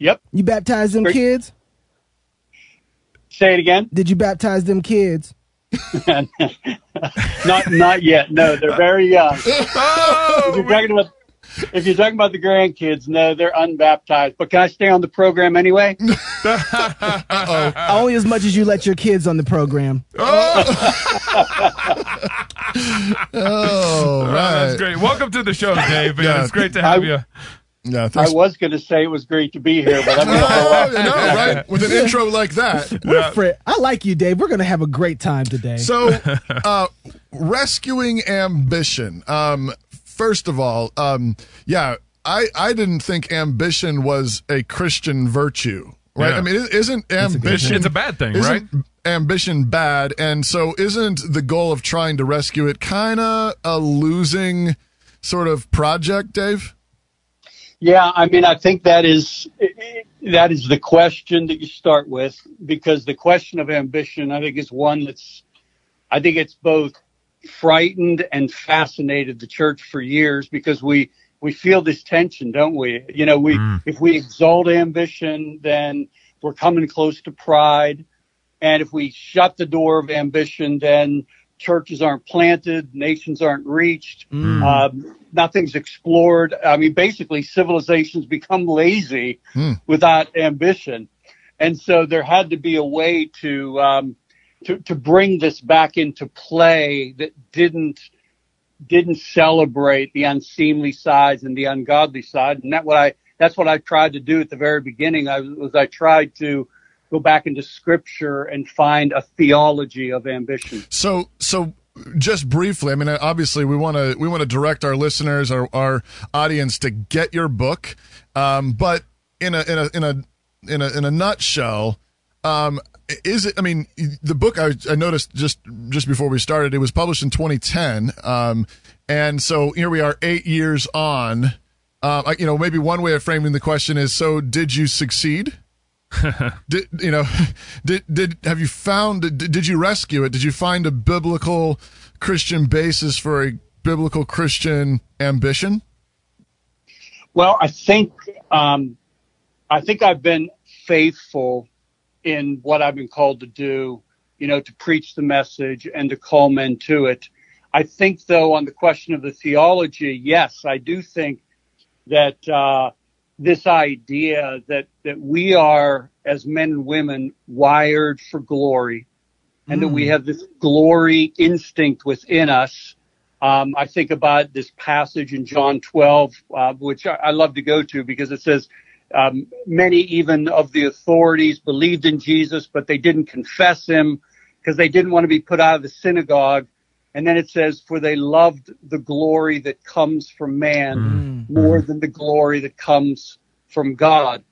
Speaker 12: Yep.
Speaker 11: you baptized them
Speaker 12: Great.
Speaker 11: kids?
Speaker 12: Say it again.
Speaker 11: Did you baptize them kids?
Speaker 12: Not not yet. No, they're very young.
Speaker 6: oh,
Speaker 12: if you're talking about if you're talking about the grandkids, no, they're unbaptized. But can I stay on the program anyway?
Speaker 11: Only as much as you let your kids on the program.
Speaker 1: oh
Speaker 6: Oh,
Speaker 1: right,
Speaker 6: That's great. Welcome to the show, Dave. Yeah,
Speaker 1: Yeah.
Speaker 6: It's great to have
Speaker 12: I-
Speaker 6: you.
Speaker 1: yeah,
Speaker 12: I
Speaker 1: thanks.
Speaker 12: was going to say it was great to be here, but I'm going to
Speaker 1: Oh, you know, right? With an intro like that.
Speaker 11: We're fri- I like you, Dave. We're gonna have a great time today.
Speaker 1: So, uh, rescuing ambition. Um, first of all, um, yeah, I I didn't think ambition was a Christian virtue, right?
Speaker 6: Yeah.
Speaker 1: I mean, i- isn't ambition?
Speaker 6: It's a bad thing,
Speaker 1: isn't
Speaker 6: right?
Speaker 1: Ambition bad, and so isn't the goal of trying to rescue it kind of a losing sort of project, Dave?
Speaker 12: Yeah, I mean, I think that is that is the question that you start with because the question of ambition, I think, is one that's I think it's both frightened and fascinated the church for years because we we feel this tension, don't we? You know, we if we exalt ambition, then we're coming close to pride, and if we shut the door of ambition, then churches aren't planted, nations aren't reached, um, nothing's explored. I mean, basically, civilizations become lazy without ambition, and so there had to be a way to um, to to bring this back into play that didn't didn't celebrate the unseemly sides and the ungodly side, and that what I that's what I tried to do at the very beginning. I was I tried to go back into scripture and find a theology of ambition.
Speaker 1: So, so just briefly, I mean, obviously, we want to we want to direct our listeners, our our audience, to get your book, um, but in a in a in a in a in a nutshell, um, is it? I mean, the book I, I noticed just just before we started, it was published in 2010, um, and so here we are, eight years on. Um, I- you know, maybe one way of framing the question is: So, did you succeed? did you know did did have you found did, did you rescue it did you find a biblical christian basis for a biblical christian ambition
Speaker 12: Well, I think um, I think I've been faithful in what I've been called to do. You know, to preach the message and to call men to it. I think, though, on the question of the theology, yes, I do think that uh, this idea that that we are as men and women wired for glory, and that we have this glory instinct within us. Um, I think about this passage in John 12, uh, which I, I love to go to because it says, um, many even of the authorities believed in Jesus, but they didn't confess him because they didn't want to be put out of the synagogue. And then it says, for they loved the glory that comes from man more than the glory that comes from God.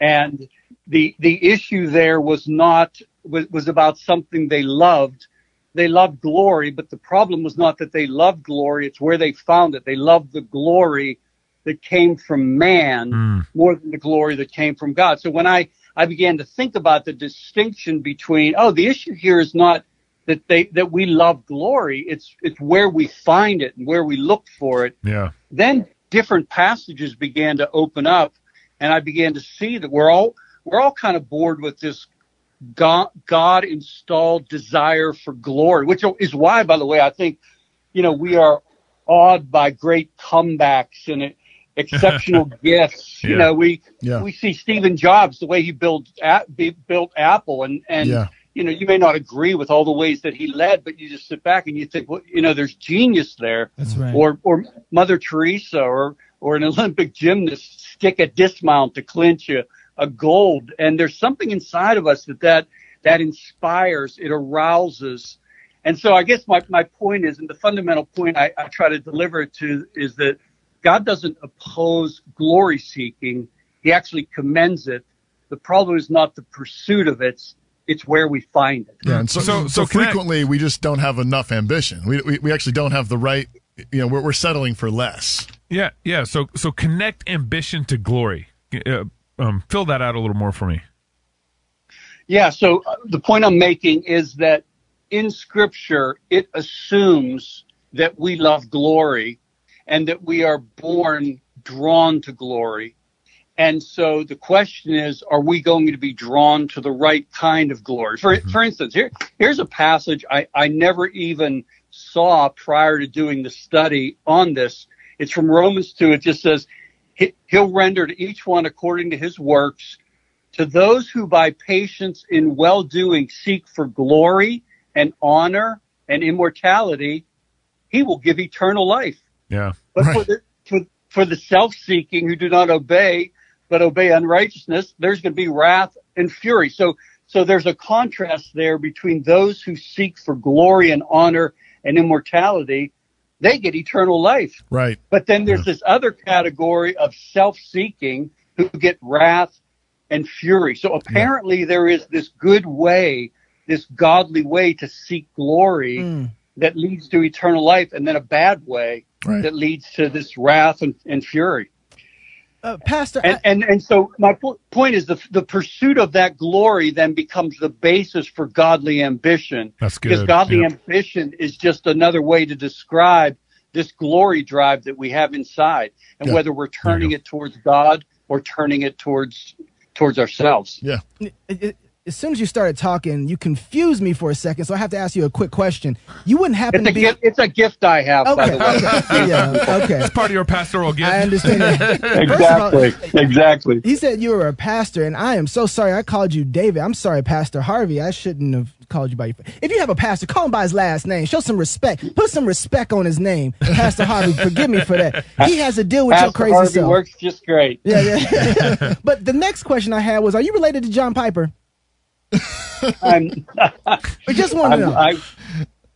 Speaker 12: And the, the issue there was not, was, was about something they loved they loved glory, but the problem was not that they loved glory, it's where they found it. They loved the glory that came from man more than the glory that came from God. So when I, I began to think about the distinction between, oh, the issue here is not that they that we love glory, it's it's where we find it and where we look for it
Speaker 6: Yeah.
Speaker 12: then different passages began to open up and i began to see that we're all we're all kind of bored with this god, god installed desire for glory which is why by the way i think you know we are awed by great comebacks and e, exceptional gifts. You
Speaker 13: Yeah.
Speaker 12: know, we
Speaker 13: Yeah.
Speaker 12: we see Stephen Jobs the way he built a- be- built Apple, and and
Speaker 13: Yeah.
Speaker 12: you know you may not agree with all the ways that he led, but you just sit back and you think, well, you know, there's genius there.
Speaker 11: That's right.
Speaker 12: Or or Mother Teresa, or or an Olympic gymnast stick a dismount to clinch a, a gold, and there's something inside of us that that that inspires, it arouses. And so I guess my, my point is, and the fundamental point I, I try to deliver to is that God doesn't oppose glory seeking. He actually commends it. The problem is not the pursuit of it. It's where we find it.
Speaker 1: Yeah, and so so,
Speaker 12: so can I-
Speaker 1: frequently we just don't have enough ambition. We, we we actually don't have the right. You know, we're we're settling for less.
Speaker 6: Yeah, yeah. So so connect ambition to glory. Uh, um, fill that out a little more for me.
Speaker 12: Yeah. So uh, the point I'm making is that in scripture, it assumes that we love glory and that we are born drawn to glory. And so the question is, are we going to be drawn to the right kind of glory? For, for instance, here, here's a passage I, I never even saw prior to doing the study on this. It's from Romans 2. It just says, "He- He'll render to each one according to his works. To those who by patience in well doing seek for glory and honor and immortality, he will give eternal life.
Speaker 6: Yeah.
Speaker 12: But for the for, for the self seeking who do not obey, but obey unrighteousness, there's going to be wrath and fury. So so there's a contrast there between those who seek for glory and honor and immortality, they get eternal life.
Speaker 1: Right.
Speaker 12: But then there's this other category of self seeking who get wrath and fury. So apparently there is this good way, this godly way to seek glory that leads to eternal life, and then a bad way that leads to this wrath and, and fury.
Speaker 11: Uh, Pastor,
Speaker 12: and, and and so my po- point is the the pursuit of that glory then becomes the basis for godly ambition.
Speaker 6: That's
Speaker 12: Because
Speaker 6: good,
Speaker 12: godly
Speaker 6: yeah.
Speaker 12: ambition is just another way to describe this glory drive that we have inside, and
Speaker 1: Yeah.
Speaker 12: whether we're turning it towards God or turning it towards towards ourselves.
Speaker 1: Yeah.
Speaker 11: it- it- as soon as you started talking, you confused me for a second, so I have to ask you a quick question. You wouldn't happen
Speaker 12: It's a
Speaker 11: to be.
Speaker 12: gift. It's a gift I have, by
Speaker 11: Okay,
Speaker 12: the way.
Speaker 11: okay, yeah, okay.
Speaker 6: It's part of your pastoral gift.
Speaker 11: I understand that.
Speaker 12: exactly. Exactly.
Speaker 11: He said you were a pastor, and I am so sorry. I called you David. I'm sorry, Pastor Harvey. I shouldn't have called you by your. If you have a pastor, call him by his last name. Show some respect. Put some respect on his name, Pastor Harvey. Forgive me for that. He has a deal with your
Speaker 12: Pastor
Speaker 11: crazy
Speaker 12: Harvey
Speaker 11: self.
Speaker 12: works just great.
Speaker 11: Yeah, yeah. but the next question I had was, are you related to John Piper?
Speaker 12: I'm,
Speaker 11: I just want to know.
Speaker 12: I,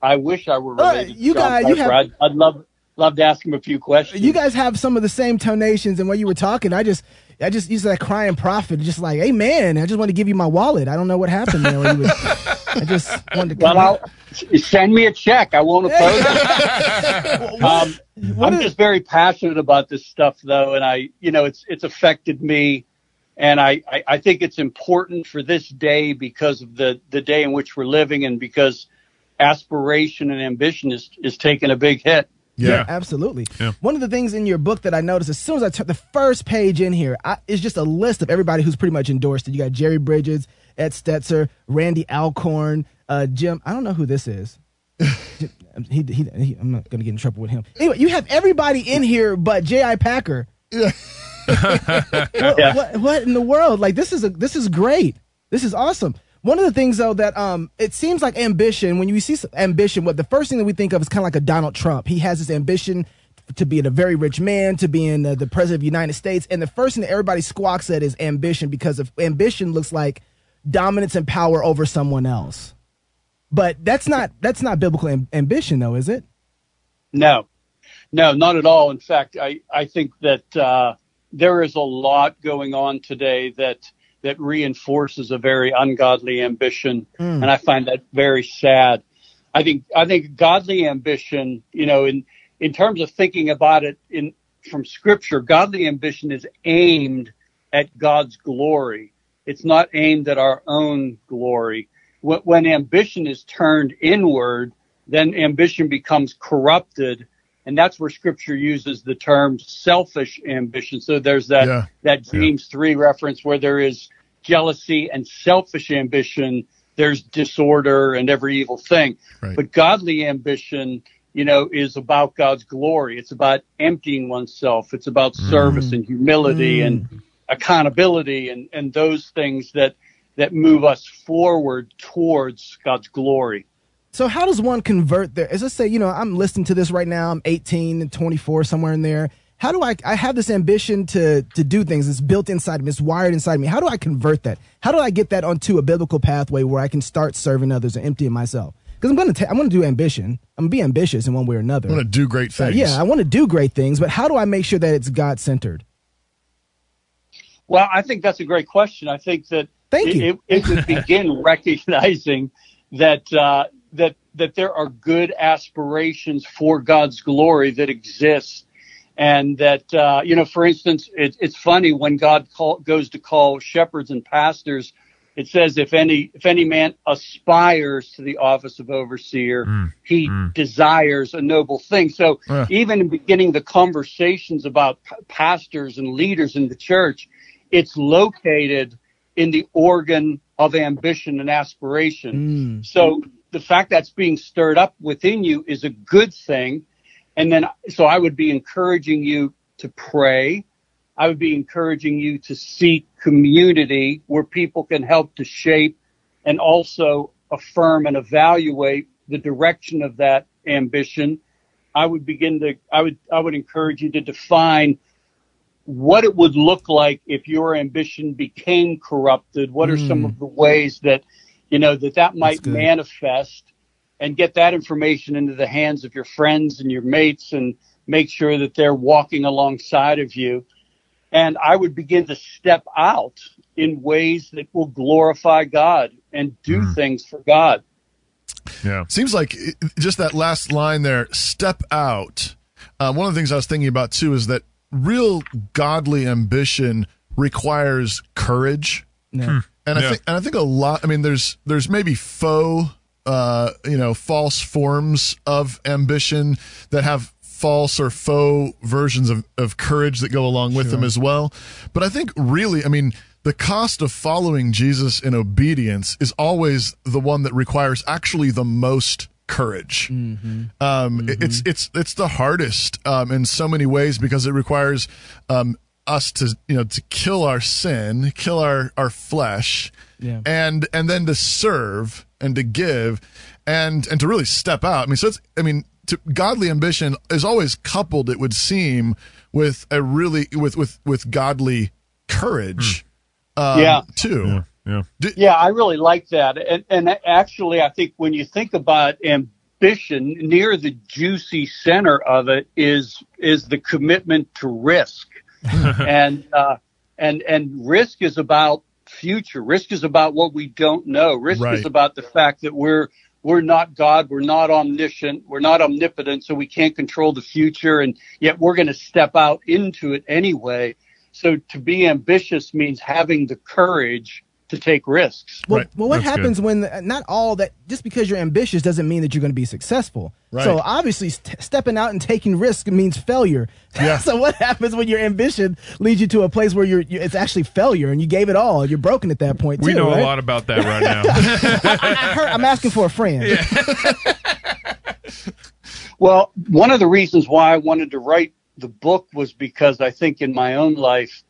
Speaker 12: I wish I were
Speaker 11: Uh,
Speaker 12: related. to
Speaker 11: you
Speaker 12: John
Speaker 11: guys- you
Speaker 12: Piper.
Speaker 11: have-
Speaker 12: I'd, I'd love love to ask him a few questions.
Speaker 11: you guys have some of the same tonations and when you were talking i just i just used that crying prophet just like hey man i just want to give you my wallet i don't know what happened there when you was- i just wanted to
Speaker 12: Well, I'll, s- send me a check. I won't oppose it. um, I'm just very passionate about this stuff, though, and I, you know, it's it's affected me, and I, I, I think it's important for this day because of the the day in which we're living, and because aspiration and ambition is is taking a big hit.
Speaker 11: absolutely
Speaker 12: Yeah.
Speaker 11: one of the things in your book that i noticed as soon as i took the first page in here I, is just a list of everybody who's pretty much endorsed it you got jerry bridges ed stetzer randy alcorn uh, jim i don't know who this is he, he, he, i'm not going to get in trouble with him anyway you have everybody in here but j.i packer what, what, what in the world? Like this is a this is great. This is awesome. One of the things though that um it seems like ambition when you see s- ambition, what the first thing that we think of is kind of like a Donald Trump. He has this ambition to be a very rich man, to being uh, the president of the United States, and the first thing that everybody squawks at is ambition because of ambition looks like dominance and power over someone else. But that's not that's not biblical am- ambition though, is it?
Speaker 12: No, no, not at all. In fact, I, I think that uh, there is a lot going on today that that reinforces a very ungodly ambition,
Speaker 13: Mm.
Speaker 12: and I find that very sad. I think I think godly ambition, you know, in in terms of thinking about it in from Scripture, godly ambition is aimed at God's glory. It's not aimed at our own glory. When, when ambition is turned inward, then ambition becomes corrupted, and that's where Scripture uses the term selfish ambition. So there's that
Speaker 13: Yeah.
Speaker 12: that James three reference where there is jealousy and selfish ambition. There's disorder and every evil thing. But godly ambition you know, is about God's glory. It's about emptying oneself. It's about service and humility
Speaker 13: Mm.
Speaker 12: and accountability and, and those things that, that move us forward towards God's glory.
Speaker 11: So how does one convert there? As I say, you know, I'm listening to this right now. I'm 18 and 24, somewhere in there. How do I? I have this ambition to to do things. It's built inside me. It's wired inside me. How do I convert that? How do I get that onto a biblical pathway where I can start serving others and emptying myself? Because I'm gonna ta- I'm gonna do ambition. I'm gonna be ambitious in one way or another.
Speaker 1: I want to do great
Speaker 11: Uh,
Speaker 1: things.
Speaker 11: yeah, I want to do great things, but how do I make sure that it's God centered?
Speaker 12: Well, I think that's a great question. I think that
Speaker 11: Thank
Speaker 12: it,
Speaker 11: you.
Speaker 12: It, it would begin recognizing that uh, that that there are good aspirations for God's glory that exist, and that uh, you know, for instance, it, it's funny when God call, goes to call shepherds and pastors. It says, "If any if any man aspires to the office of overseer, he desires a noble thing." So
Speaker 13: Yeah.
Speaker 12: even in beginning the conversations about p- pastors and leaders in the church, it's located in the organ of ambition and aspiration. So the fact that's being stirred up within you is a good thing. And then, so I would be encouraging you to pray. I would be encouraging you to seek community where people can help to shape and also affirm and evaluate the direction of that ambition. I would begin to, I would, I would encourage you to define what it would look like if your ambition became corrupted. What are some of the ways that, you know, that that might
Speaker 13: good.
Speaker 12: manifest and get that information into the hands of your friends and your mates and make sure that they're walking alongside of you. And I would begin to step out in ways that will glorify God and do things for God.
Speaker 6: Yeah.
Speaker 1: Seems like it- just that last line there, step out. Uh, one of the things I was thinking about too is that real godly ambition requires courage.
Speaker 11: Yeah.
Speaker 1: And I
Speaker 6: Yeah.
Speaker 1: think and I think a lot I mean there's there's maybe faux uh you know false forms of ambition that have false or faux versions of, of courage that go along with them as well. But I think really I mean the cost of following Jesus in obedience is always the one that requires actually the most courage. Um, It's it's it's the hardest um, in so many ways because it requires um, us to you know to kill our sin, kill our our flesh,
Speaker 11: Yeah.
Speaker 1: and and then to serve and to give, and and to really step out. I mean, so it's I mean, to, godly ambition is always coupled, it would seem, with a really with with with godly courage. Um,
Speaker 12: Yeah.
Speaker 1: Too.
Speaker 6: Hmm. Yeah.
Speaker 12: yeah, I really like that. And, and actually, I think when you think about ambition, near the juicy center of it is is the commitment to risk, and uh, and and risk is about future. Risk is about what we don't know. Risk
Speaker 13: Right.
Speaker 12: is about the fact that we're we're not God. We're not omniscient. We're not omnipotent. So we can't control the future, and yet we're going to step out into it anyway. So to be ambitious means having the courage to take risks.
Speaker 11: Well, well what happens when uh, not all that just because you're ambitious doesn't mean that you're going to be successful.
Speaker 12: Right.
Speaker 11: So obviously, st- stepping out and taking risk means failure.
Speaker 13: Yeah.
Speaker 11: so what happens when your ambition leads you to a place where you're, you it's actually failure and you gave it all? You're broken at that point.
Speaker 6: We
Speaker 11: too,
Speaker 6: know
Speaker 11: right?
Speaker 6: a lot about that right now.
Speaker 11: I heard, I'm asking for a friend.
Speaker 12: Well, one of the reasons why I wanted to write the book was because I think in my own life,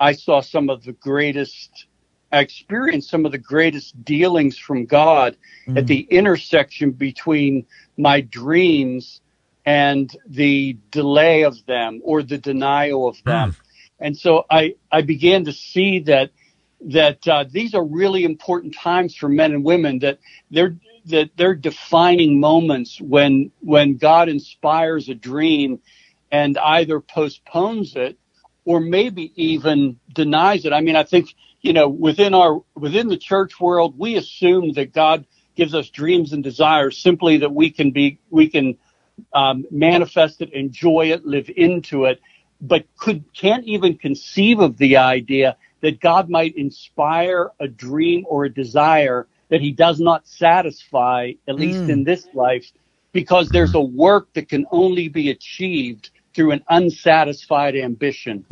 Speaker 12: I saw some of the greatest, I experienced some of the greatest dealings from God at the intersection between my dreams and the delay of them or the denial of them. And so I, I began to see that that uh, these are really important times for men and women that they're that they're defining moments when when God inspires a dream and either postpones it or maybe even denies it. I mean, I think you know within our within the church world, we assume that God gives us dreams and desires simply that we can be we can um, manifest it, enjoy it, live into it, but could can't even conceive of the idea that God might inspire a dream or a desire that He does not satisfy, at least in this life, because there's a work that can only be achieved through an unsatisfied ambition.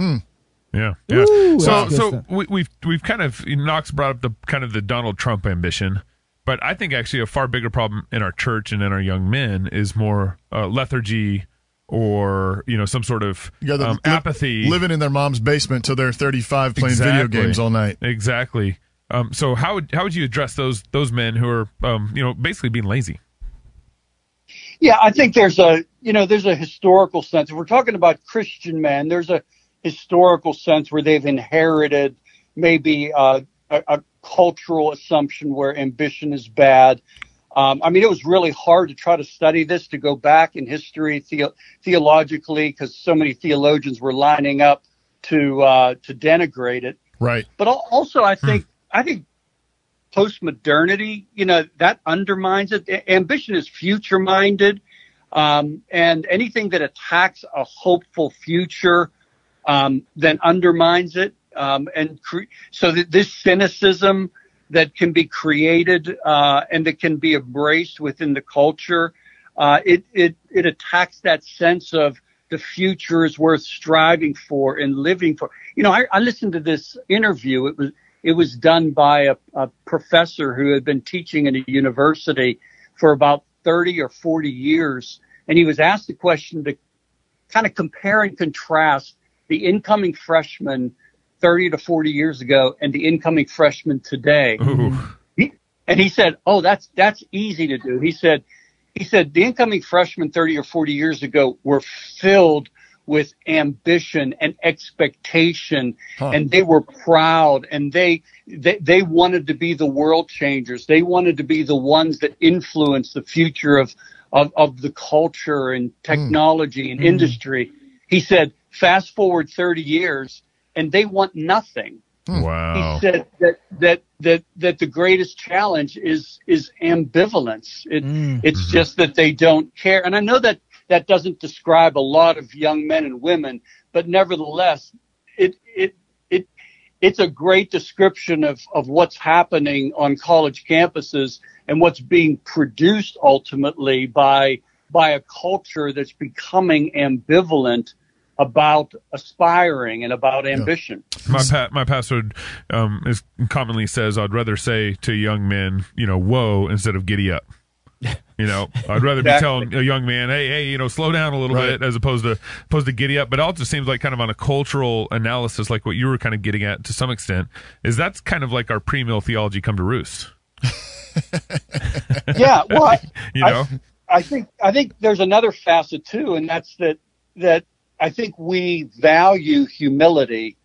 Speaker 6: Yeah, yeah.
Speaker 12: Ooh,
Speaker 6: so
Speaker 12: that's good
Speaker 6: so
Speaker 12: stuff.
Speaker 6: we, we've we've kind of Knox brought up the kind of the Donald Trump ambition, But I think actually a far bigger problem in our church and in our young men is more uh, lethargy or you know some sort of
Speaker 1: Yeah, the-
Speaker 6: um, apathy,
Speaker 1: living in their mom's basement till they're 35 playing video
Speaker 6: Exactly.
Speaker 1: games all night.
Speaker 6: Exactly. Um, so how would how would you address those those men who are um, you know basically being lazy?
Speaker 12: Yeah, I think there's a you know there's a historical sense. If we're talking about Christian men, there's a historical sense where they've inherited maybe uh, a, a cultural assumption where ambition is bad. Um, I mean, it was really hard to try to study this to go back in history the- theologically because so many theologians were lining up to uh, to denigrate it.
Speaker 1: Right.
Speaker 12: But al- also, I think I think postmodernity, you know, that undermines it. A- Ambition is future minded, um, and anything that attacks a hopeful future um, then undermines it. Um, and cre- so that this cynicism that can be created uh, and that can be embraced within the culture, uh, it, it it attacks that sense of the future is worth striving for and living for. You know, I, I listened to this interview. It was it was done by a, a professor who had been teaching at a university for about 30 or 40 years. And he was asked the question to kind of compare and contrast the incoming freshman 30 to 40 years ago and the incoming freshman today. He- and he said, "Oh, that's that's easy to do." He said, "He said the incoming freshmen 30 or 40 years ago were filled with ambition and expectation, and they were proud, and they, they they wanted to be the world changers. They wanted to be the ones that influence the future of of, of the culture and technology and industry." He said, "Fast forward 30 years, and they want nothing."
Speaker 1: Hmm.
Speaker 6: Wow.
Speaker 12: he said that that that that the greatest challenge is is ambivalence. It, It's just that they don't care, and I know that that doesn't describe a lot of young men and women, but nevertheless, it it it it's a great description of of what's happening on college campuses and what's being produced ultimately by by a culture that's becoming ambivalent about aspiring and about ambition.
Speaker 6: My pa- my pastor um, is commonly says I'd rather say to young men, you know, whoa instead of giddy up. You know, I'd rather be
Speaker 12: Exactly.
Speaker 6: telling a young man, hey, hey, you know, slow down a little
Speaker 1: Right.
Speaker 6: bit as opposed to opposed to giddy up. But it also seems like kind of on a cultural analysis, like what you were kind of getting at to some extent, is that's kind of like our pre meal theology come to roost.
Speaker 12: yeah well I,
Speaker 6: You
Speaker 12: I-
Speaker 6: know?
Speaker 12: I, think i think there's another facet too and that's that that i think we value humility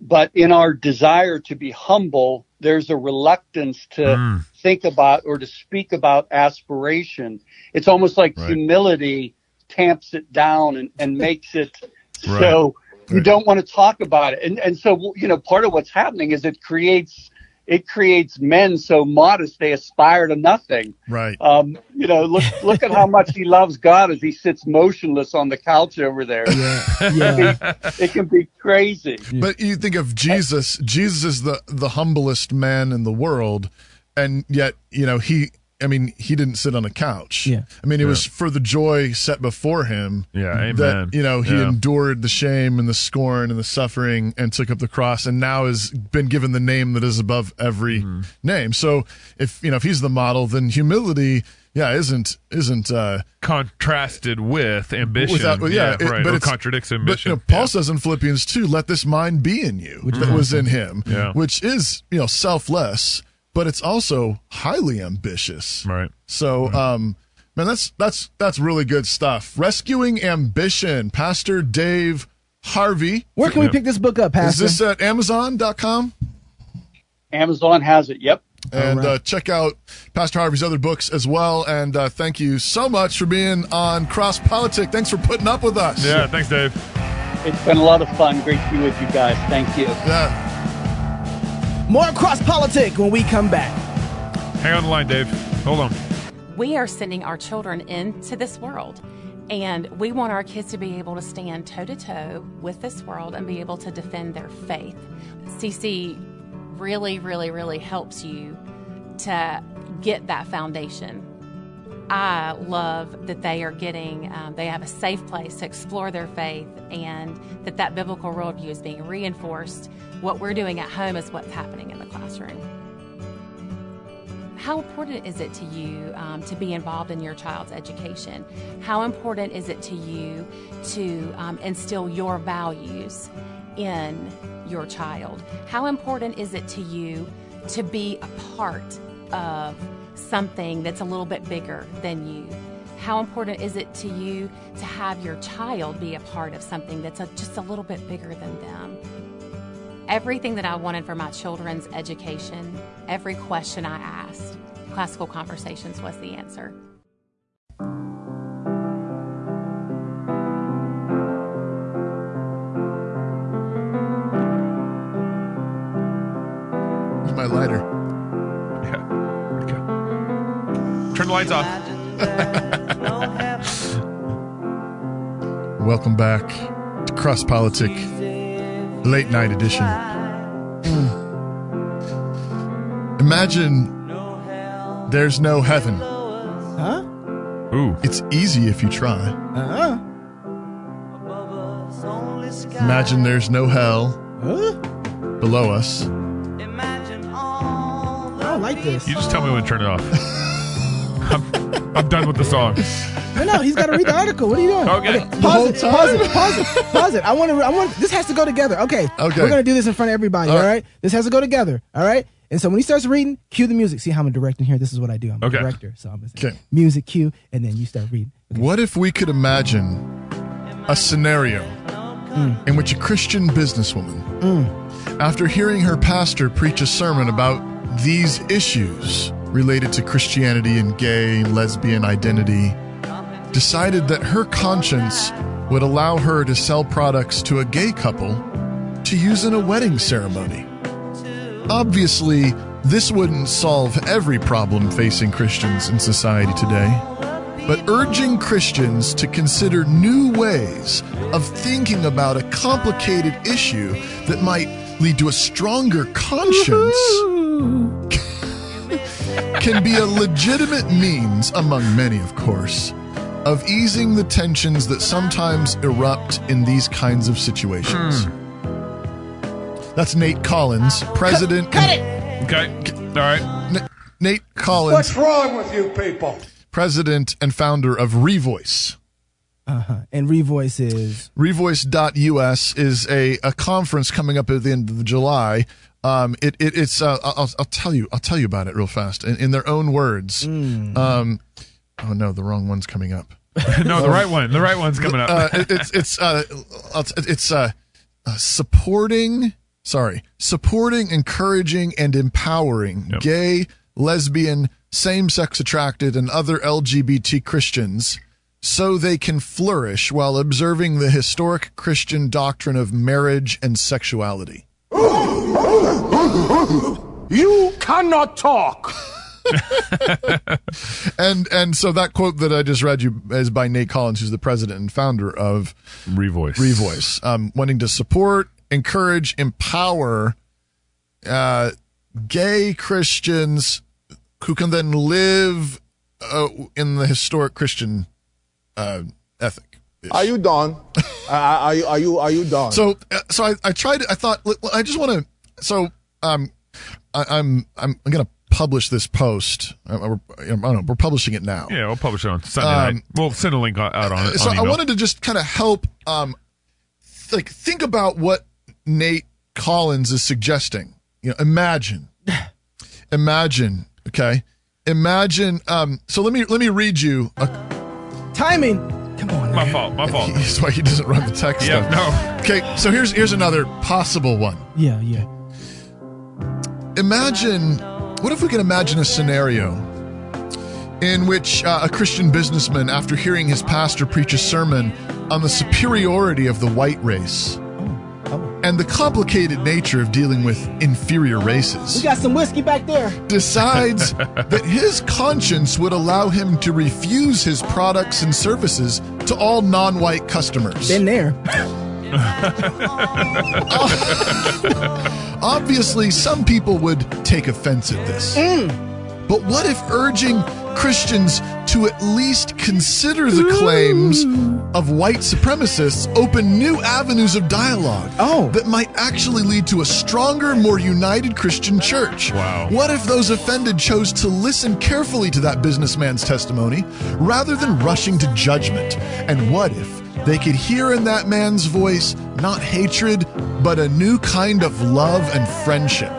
Speaker 12: but in our desire to be humble there's a reluctance to
Speaker 6: Mm.
Speaker 12: think about or to speak about aspiration it's almost like humility tamps it down and, and makes it so you don't want to talk about it and and so you know part of what's happening is it creates it creates men so modest they aspire to nothing
Speaker 1: Right.
Speaker 12: um, you know, look look at how much he loves God as he sits motionless on the couch over there.
Speaker 11: Yeah.
Speaker 12: It can be crazy.
Speaker 1: But you think of Jesus. Jesus is the the humblest man in the world, and yet you know he. I mean, he didn't sit on a couch.
Speaker 11: Yeah.
Speaker 1: I mean, it was for the joy set before him.
Speaker 6: Yeah, amen.
Speaker 1: That you know he
Speaker 6: Yeah.
Speaker 1: endured the shame and the scorn and the suffering and took up the cross and now has been given the name that is above every
Speaker 6: Mm-hmm.
Speaker 1: name. So if you know if he's the model, then humility, yeah, isn't isn't uh,
Speaker 6: Contrasted with ambition.
Speaker 1: Without- well, yeah, it-
Speaker 6: right.
Speaker 1: but
Speaker 6: or
Speaker 1: it's-
Speaker 6: contradicts
Speaker 1: but you
Speaker 6: ambition.
Speaker 1: know, Paul says in Philippians 2, let this mind be in you that was in him,
Speaker 6: Yeah.
Speaker 1: which is, you know, selfless, but it's also highly ambitious.
Speaker 6: right.
Speaker 1: So, um, man, that's, that's, that's really good stuff. Rescuing Ambition, Pastor Dave Harvey.
Speaker 11: Where can we pick this book up,
Speaker 1: Is
Speaker 11: Pastor?
Speaker 1: this at amazon.com?
Speaker 12: Amazon has it. Yep.
Speaker 1: And uh, check out Pastor Harvey's other books as well. And uh, thank you so much for being on Cross Politic. Thanks for putting up with us.
Speaker 6: Yeah, thanks, Dave.
Speaker 12: It's been a lot of fun. Great to be with you guys. Thank you.
Speaker 1: Yeah.
Speaker 11: More cross politic when we come back.
Speaker 6: Hang on the line, Dave. Hold on.
Speaker 13: we are sending our children into this world. And we want our kids to be able to stand toe to toe with this world and be able to defend their faith. CC really, really, really helps you to get that foundation. I love that they are getting, um, they have a safe place to explore their faith and that that biblical worldview is being reinforced. What we're doing at home is what's happening in the classroom How important is it to you um, to be involved in your child's education? How important is it to you to um, instill your values in your child? How important is it to you to be a part of something that's a little bit bigger than you? How important is it to you to have your child be a part of something that's a, just a little bit bigger than them? Everything that I wanted for my children's education, every question I asked, Classical Conversations was the answer.
Speaker 1: Where's my lighter?
Speaker 6: Turn the lights off.
Speaker 1: Welcome back to Cross Politic Late Night Edition. Hmm. Imagine there's no heaven.
Speaker 11: Huh?
Speaker 6: Ooh.
Speaker 1: It's easy if you try.
Speaker 11: Uh-huh.
Speaker 1: Imagine there's no hell
Speaker 11: Huh?
Speaker 1: below us.
Speaker 11: I don't like this.
Speaker 6: You just tell me when to turn it off. I'm, I'm done with the song.
Speaker 11: No, no, he's got to read the article. What are you doing?
Speaker 6: Okay.
Speaker 1: The whole
Speaker 11: Pause it, pause
Speaker 1: time?
Speaker 11: it. Pause it. Pause it. I want to. I want. This has to go together. Okay.
Speaker 1: Okay.
Speaker 11: We're gonna do this in front of everybody.
Speaker 1: All
Speaker 11: All
Speaker 1: right.
Speaker 11: right. This has to go together. All right. And so when he starts reading, cue the music. See how I'm a directing here. This is what I do. I'm
Speaker 6: Okay.
Speaker 11: a director. So I'm gonna say
Speaker 1: Okay.
Speaker 11: music cue, and then you start reading.
Speaker 1: What if we could imagine a scenario in which a Christian businesswoman, after hearing her pastor preach a sermon about these issues related to Christianity and gay, lesbian identity, decided that her conscience would allow her to sell products to a gay couple to use in a wedding ceremony? Obviously, this wouldn't solve every problem facing Christians in society today, but urging Christians to consider new ways of thinking about a complicated issue that might lead to a stronger conscience can be a legitimate means, among many, of course, of easing the tensions that sometimes erupt in these kinds of situations. That's Nate Collins, president. Hmm. Cut, it!
Speaker 6: Okay. All right.
Speaker 1: N- Nate Collins.
Speaker 9: What's wrong with you people?
Speaker 1: president and founder of Revoice.
Speaker 11: Uh huh. And revoice is
Speaker 1: Revoice.us is a, a conference coming up at the end of July. Um, it, it it's uh, I'll, I'll- I'll tell you I'll tell you about it real fast in, in their own words. Um, oh no, the wrong one's coming up.
Speaker 6: No, the right one. The right one's coming up.
Speaker 1: Uh, it- it's it's uh, I'll t- it's uh, uh, supporting. Sorry, supporting, encouraging, and empowering
Speaker 6: Yep.
Speaker 1: gay, lesbian, same-sex attracted, and other LGBT Christians so they can flourish while observing the historic Christian doctrine of marriage and sexuality.
Speaker 7: You cannot talk.
Speaker 1: And and so that quote that I just read you is by Nate Collins, who's the president and founder of
Speaker 6: Revoice.
Speaker 1: Revoice, um, wanting to support, encourage, empower uh, gay Christians who can then live uh, in the historic Christian uh, ethic.
Speaker 14: Are you done? are, you, are you are you done?
Speaker 1: So, uh, so I, I tried. I thought look, I just want to. So, um, I, I'm I'm I'm gonna publish this post. I, I, we're, I don't know. We're publishing it now.
Speaker 6: Yeah, we'll publish it on Sunday
Speaker 1: Um,
Speaker 6: night. We'll send a link out on, on
Speaker 1: so I
Speaker 6: email.
Speaker 1: wanted to just kind of help, um, th- like think about what Nate Collins is suggesting. You know, imagine, imagine, okay, imagine. Um, so let me let me read you. A,
Speaker 11: timing. Come on.
Speaker 6: my fault. My fault.
Speaker 1: that's why he doesn't run the text.
Speaker 6: Oh. Yeah,
Speaker 1: stuff.
Speaker 6: no.
Speaker 1: Okay, so here's here's another possible one.
Speaker 11: Yeah, yeah.
Speaker 1: imagine what if we could imagine a scenario in which uh, a Christian businessman, after hearing his pastor preach a sermon on the superiority of the white race and the complicated nature of dealing with inferior
Speaker 11: We
Speaker 1: races,
Speaker 11: got some whiskey back there.
Speaker 1: decides that his conscience would allow him to refuse his products and services to all non white customers.
Speaker 11: Been there.
Speaker 1: Obviously, some people would take offense at this. But what if urging Christians to at least consider the claims of white supremacists open new avenues of dialogue oh. that might actually lead to a stronger, more united Christian church.
Speaker 6: Wow.
Speaker 1: What if those offended chose to listen carefully to that businessman's testimony rather than rushing to judgment? And what if they could hear in that man's voice not hatred, but a new kind of love and friendship?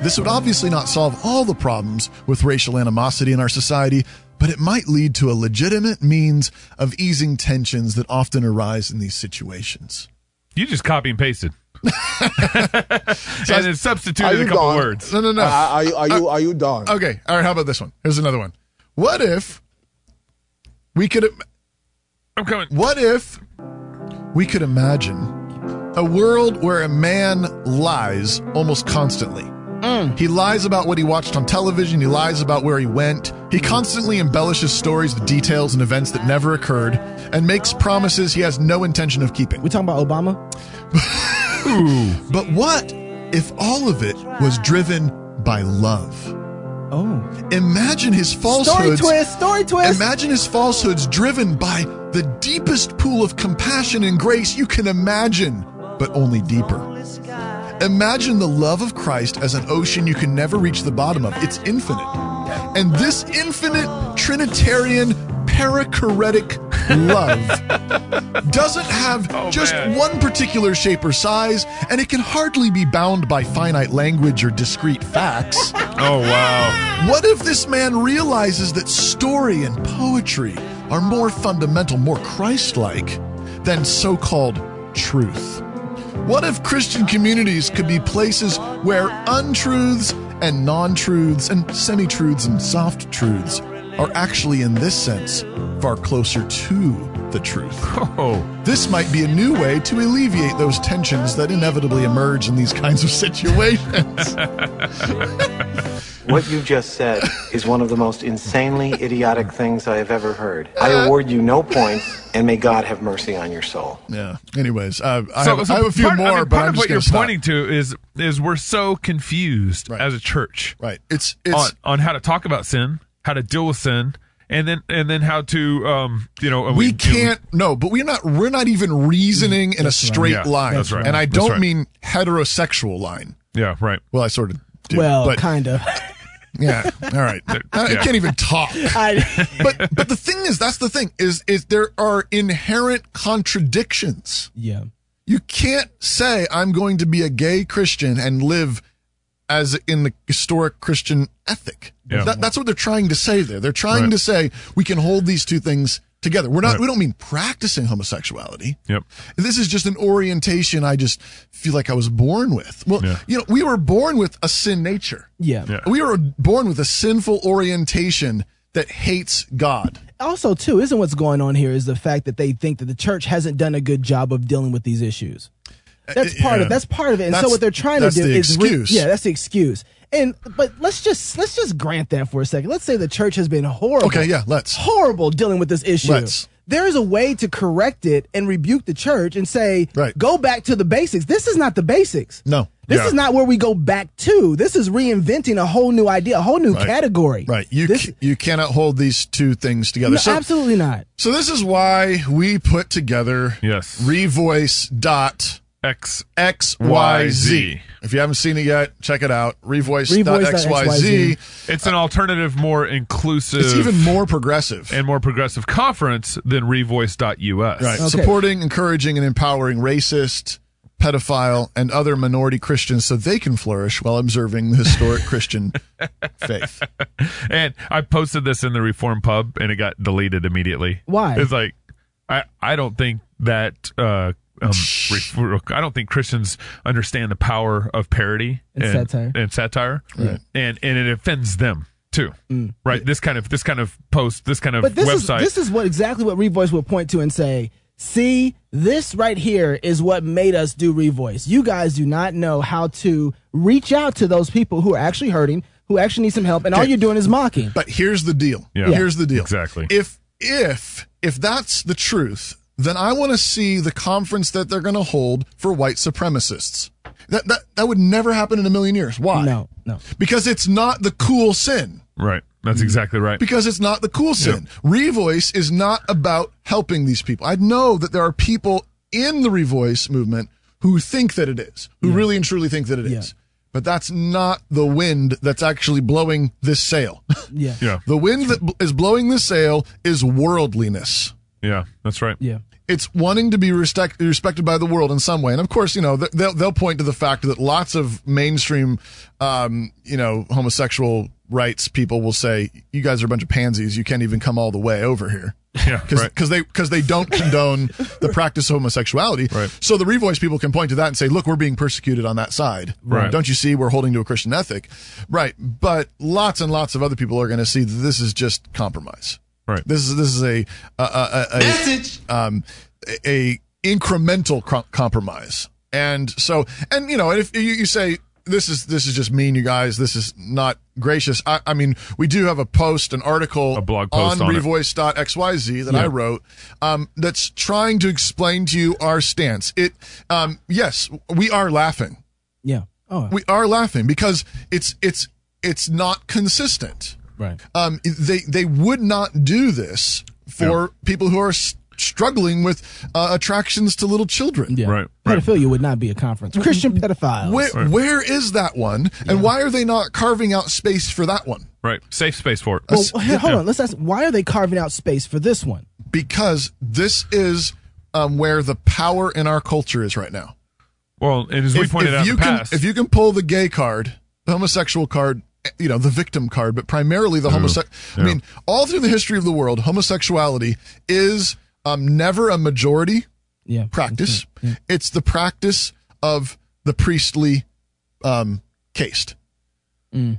Speaker 1: This would obviously not solve all the problems with racial animosity in our society, but it might lead to a legitimate means of easing tensions that often arise in these situations.
Speaker 6: You just copy and pasted. and then
Speaker 14: Are
Speaker 6: substituted
Speaker 14: you
Speaker 6: a couple
Speaker 14: gone?
Speaker 6: words.
Speaker 1: No, no, no.
Speaker 14: Uh, are you- are you-
Speaker 1: are you done? Okay. All right. How about this one? Here's another one. What if we could? im-
Speaker 6: I'm coming.
Speaker 1: What if we could imagine a world where a man lies almost constantly?
Speaker 6: Mm.
Speaker 1: He lies about what he watched on television. He lies about where he went. He constantly embellishes stories with details and events that never occurred, and makes promises he has no intention of keeping. We
Speaker 11: talking about Obama?
Speaker 1: But what if all of it was driven by love?
Speaker 11: Oh.
Speaker 1: Imagine his falsehoods.
Speaker 11: twist, story twist.
Speaker 1: Imagine his falsehoods driven by the deepest pool of compassion and grace you can imagine, but only deeper. Imagine the love of Christ as an ocean you can never reach the bottom of. It's infinite. And this infinite Trinitarian perichoretic love doesn't have just
Speaker 6: man.
Speaker 1: one particular shape or size, and it can hardly be bound by finite language or discrete facts.
Speaker 6: Oh, wow.
Speaker 1: What if this man realizes that story and poetry are more fundamental, more Christ like than so called truth? What if Christian communities could be places where untruths and non truths and semi truths and soft truths are actually, in this sense, far closer to the truth?
Speaker 6: Oh.
Speaker 1: This might be a new way to alleviate those tensions that inevitably emerge in these kinds of situations.
Speaker 4: What you just said is one of the most insanely idiotic things I have ever heard. I award you no points, and may God have mercy on your soul.
Speaker 1: Yeah. Anyways, uh, I, have, I have a few
Speaker 6: part, I
Speaker 1: more,
Speaker 6: mean,
Speaker 1: but
Speaker 6: part
Speaker 1: I'm
Speaker 6: of
Speaker 1: just
Speaker 6: what
Speaker 1: going
Speaker 6: you're
Speaker 1: to stop.
Speaker 6: pointing to is is we're so confused as a church,
Speaker 1: right? It's it's-
Speaker 6: on, on how to talk about sin, how to deal with sin, and then and then how to um you know and
Speaker 1: we
Speaker 6: you know,
Speaker 1: can't. No, but we're not. We're not even reasoning in a
Speaker 6: That's right.
Speaker 1: straight
Speaker 6: Yeah,
Speaker 1: line.
Speaker 6: that's right.
Speaker 1: And I
Speaker 6: That's
Speaker 1: don't
Speaker 6: right.
Speaker 1: mean heterosexual line.
Speaker 6: yeah right
Speaker 1: Well, I sort of. Do,
Speaker 11: well,
Speaker 1: but-
Speaker 11: kinda.
Speaker 1: yeah. All right. I, I
Speaker 11: Yeah.
Speaker 1: can't even talk. but but the thing is, that's the thing is is there are inherent contradictions.
Speaker 11: Yeah.
Speaker 1: You can't say I'm going to be a gay Christian and live as in the historic Christian ethic.
Speaker 6: Yeah.
Speaker 1: That- that's what they're trying to say there. They're trying
Speaker 6: Right.
Speaker 1: to say we can hold these two things together. We're not.
Speaker 6: Right.
Speaker 1: We don't mean practicing homosexuality.
Speaker 6: Yep.
Speaker 1: This is just an orientation I just feel like I was born with. Well,
Speaker 6: Yeah.
Speaker 1: you know, we were born with a sin nature.
Speaker 11: Yeah.
Speaker 1: We were born with a sinful orientation that hates God.
Speaker 11: Also, too, isn't what's going on here is the fact that they think that the church hasn't done a good job of dealing with these issues. That's part
Speaker 1: Uh, yeah.
Speaker 11: of that's part of it. And so
Speaker 1: That's-
Speaker 11: what they're trying to
Speaker 1: that's
Speaker 11: do
Speaker 1: the
Speaker 11: is re-
Speaker 1: excuse.
Speaker 11: yeah, that's the excuse. And but let's just let's just grant that for a second. Let's say the church has been horrible.
Speaker 1: Okay, yeah, let's.
Speaker 11: horrible dealing with this issue.
Speaker 1: Let's.
Speaker 11: There is a way to correct it and rebuke the church and say,
Speaker 1: Right.
Speaker 11: go back to the basics. This is not the basics.
Speaker 1: No.
Speaker 11: This
Speaker 1: Yeah.
Speaker 11: is not where we go back to. This is reinventing a whole new idea, a whole new
Speaker 1: Right.
Speaker 11: category.
Speaker 1: Right. You ca- you cannot hold these two things together.
Speaker 11: No, absolutely not.
Speaker 1: So this is why we put together
Speaker 6: Yes.
Speaker 1: Revoice dot
Speaker 6: X
Speaker 1: X Y Z.
Speaker 6: YZ.
Speaker 1: If you haven't seen it yet, check it out. Revoice dot X Y Z.
Speaker 6: XYZ. It's an alternative, more inclusive,
Speaker 1: It's even more progressive.
Speaker 6: and more progressive conference than Revoice.us.
Speaker 1: Right. Supporting, encouraging, and empowering racist, pedophile, and other minority Christians so they can flourish while observing the historic Christian faith.
Speaker 6: And I posted this in the Reform Pub, and it got deleted immediately.
Speaker 11: Why?
Speaker 6: It's like I I don't think that uh, um, ref- I don't think Christians understand the power of parody
Speaker 11: And satire.
Speaker 6: and satire,
Speaker 11: Right. Mm.
Speaker 6: and and it offends them too. Right. This kind of this kind of post, this kind of
Speaker 11: But this
Speaker 6: website.
Speaker 11: is this is what exactly what Revoice will point to and say, see, this right here is what made us do Revoice. You guys do not know how to reach out to those people who are actually hurting, who actually need some help, and all
Speaker 1: Okay.
Speaker 11: you're doing is mocking.
Speaker 1: But here's the deal.
Speaker 6: Yeah.
Speaker 1: Here's the deal.
Speaker 6: Exactly.
Speaker 1: If if if that's the truth, then I want to see the conference that they're going to hold for white supremacists. That that that would never happen in a million years. Why?
Speaker 11: No, no.
Speaker 1: Because it's not the cool sin.
Speaker 6: Right. That's
Speaker 11: Mm.
Speaker 6: exactly right.
Speaker 1: Because it's not the cool sin. Revoice is not about helping these people. I know that there are people in the Revoice movement who think that it is, who really and truly think that it is. But that's not the wind that's actually blowing this sail.
Speaker 11: Yeah.
Speaker 6: Yeah.
Speaker 1: the wind that bl- is blowing this sail is worldliness.
Speaker 6: Yeah. That's right.
Speaker 11: Yeah.
Speaker 1: It's wanting to be respect, respected by the world in some way, and of course, you know th- they'll they'll point to the fact that lots of mainstream, um, you know, homosexual rights people will say, "You guys are a bunch of pansies. You can't even come all the way over here."
Speaker 6: Yeah,
Speaker 1: because they because they don't condone the practice of homosexuality. Right. So the Revoice people can point to that and say, "Look, we're being persecuted on that side.
Speaker 6: Right.
Speaker 1: Don't you see? We're holding to a Christian ethic, right?" But lots and lots of other people are going to see that this is just compromise.
Speaker 6: Right.
Speaker 1: This is this is a a, a, a message. Um, a, a incremental cro- compromise, and so and you know, and if you, you say this is this is just mean, you guys. This is not gracious. I, I mean, we do have a post, an article, a blog
Speaker 6: post
Speaker 1: on,
Speaker 6: on it.
Speaker 1: revoice.xyz that I
Speaker 6: Yeah.
Speaker 1: wrote um, that's trying to explain to you our stance. It um, yes, we are laughing
Speaker 11: Yeah. Oh.
Speaker 1: we are laughing because it's it's it's not consistent.
Speaker 11: Right.
Speaker 1: Um, they they would not do this for people who are s- struggling with uh, attractions to little children.
Speaker 11: Yeah. Pedophilia would not be a conference. Christian pedophiles.
Speaker 1: Where where is that one, and why are they not carving out space for that one?
Speaker 6: Right. Safe space for it.
Speaker 11: Well, hey, hold on. Let's ask. Why are they carving out space for this one?
Speaker 1: Because this is um, where the power in our culture is right now.
Speaker 6: Well, and as we pointed out in
Speaker 1: you
Speaker 6: the
Speaker 1: can,
Speaker 6: past,
Speaker 1: if you can pull the gay card, the homosexual card, you know, the victim card, but primarily the homosexual. I mean, all through the history of the world, homosexuality is um, never a majority
Speaker 11: Yeah.
Speaker 1: practice.
Speaker 6: Mm-hmm.
Speaker 1: It's the practice of the priestly um, caste. It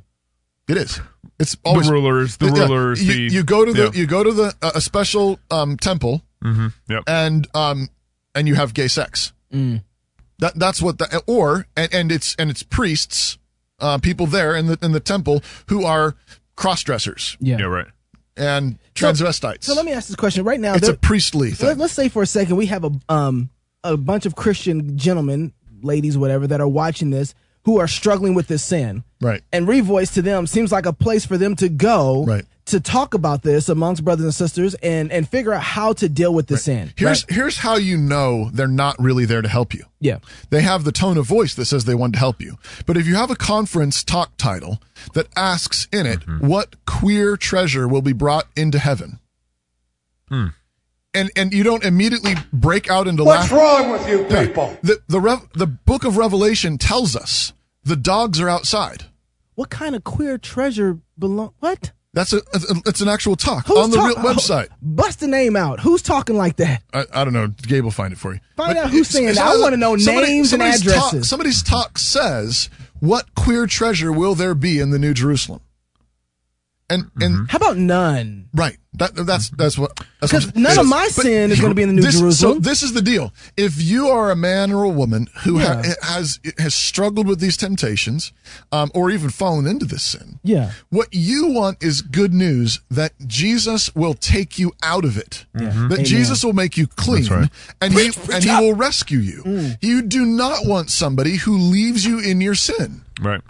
Speaker 1: is. It's always
Speaker 6: Mm. rulers, the
Speaker 1: yeah,
Speaker 6: rulers,
Speaker 1: You,
Speaker 6: the-
Speaker 1: you go to the
Speaker 6: yeah.
Speaker 1: you go to the uh, a special um, temple,
Speaker 6: Mhm, yep. Mm.
Speaker 1: and um, and you have gay sex. That that's what the or and, and it's and it's priests, uh, people there in the in the temple who are cross dressers
Speaker 11: Yeah.
Speaker 6: right.
Speaker 1: and transvestites.
Speaker 11: So let me ask this question right now.
Speaker 1: it's a
Speaker 11: there-
Speaker 1: priestly thing.
Speaker 11: Let, us say for a second we have a um a bunch of Christian gentlemen, ladies, whatever, that are watching this who are struggling with this sin.
Speaker 1: Right.
Speaker 11: And Revoice to them seems like a place for them to go
Speaker 1: Right.
Speaker 11: to talk about this amongst brothers and sisters and and figure out how to deal with this sin.
Speaker 1: Here's
Speaker 11: right?
Speaker 1: here's how you know they're not really there to help you.
Speaker 11: yeah.
Speaker 1: They have the tone of voice that says they want to help you. But if you have a conference talk title that asks in it, what queer treasure will be brought into heaven?
Speaker 6: Hmm.
Speaker 1: And and you don't immediately break out into
Speaker 15: What's
Speaker 1: laugh-
Speaker 15: wrong with you
Speaker 1: Yeah.
Speaker 15: people?
Speaker 1: The the Rev- the book of Revelation tells us the dogs are outside.
Speaker 11: What kind of queer treasure belong what?
Speaker 1: That's a, a- it's an actual talk
Speaker 11: Who's
Speaker 1: on the
Speaker 11: talk-
Speaker 1: real website.
Speaker 11: Bust the name out. Who's talking like that?
Speaker 1: I, I don't know. Gabe will find it for you.
Speaker 11: Find out who's saying that. I
Speaker 1: somebody-
Speaker 11: wanna know names and
Speaker 1: somebody's Talk,
Speaker 11: addresses.
Speaker 1: somebody's talk says, "What queer treasure will there be in the New Jerusalem?" And and
Speaker 11: How about none?
Speaker 1: right, that that's that's what. that's what I'm
Speaker 11: 'Cause
Speaker 1: saying.
Speaker 11: none of
Speaker 1: But-
Speaker 11: my sin is
Speaker 1: but
Speaker 11: gonna be in the New
Speaker 1: this- So
Speaker 11: Jerusalem.
Speaker 1: this is the deal. If you are a man or a woman who ha-
Speaker 11: Yeah.
Speaker 1: has has struggled with these temptations, um, or even fallen into this sin,
Speaker 11: Yeah.
Speaker 1: what you want is good news that Jesus will take you out of it. That
Speaker 11: Amen.
Speaker 1: Jesus will make you clean and he and he will rescue you.
Speaker 11: Mm.
Speaker 1: You do not want somebody who leaves you in your sin.
Speaker 6: Right.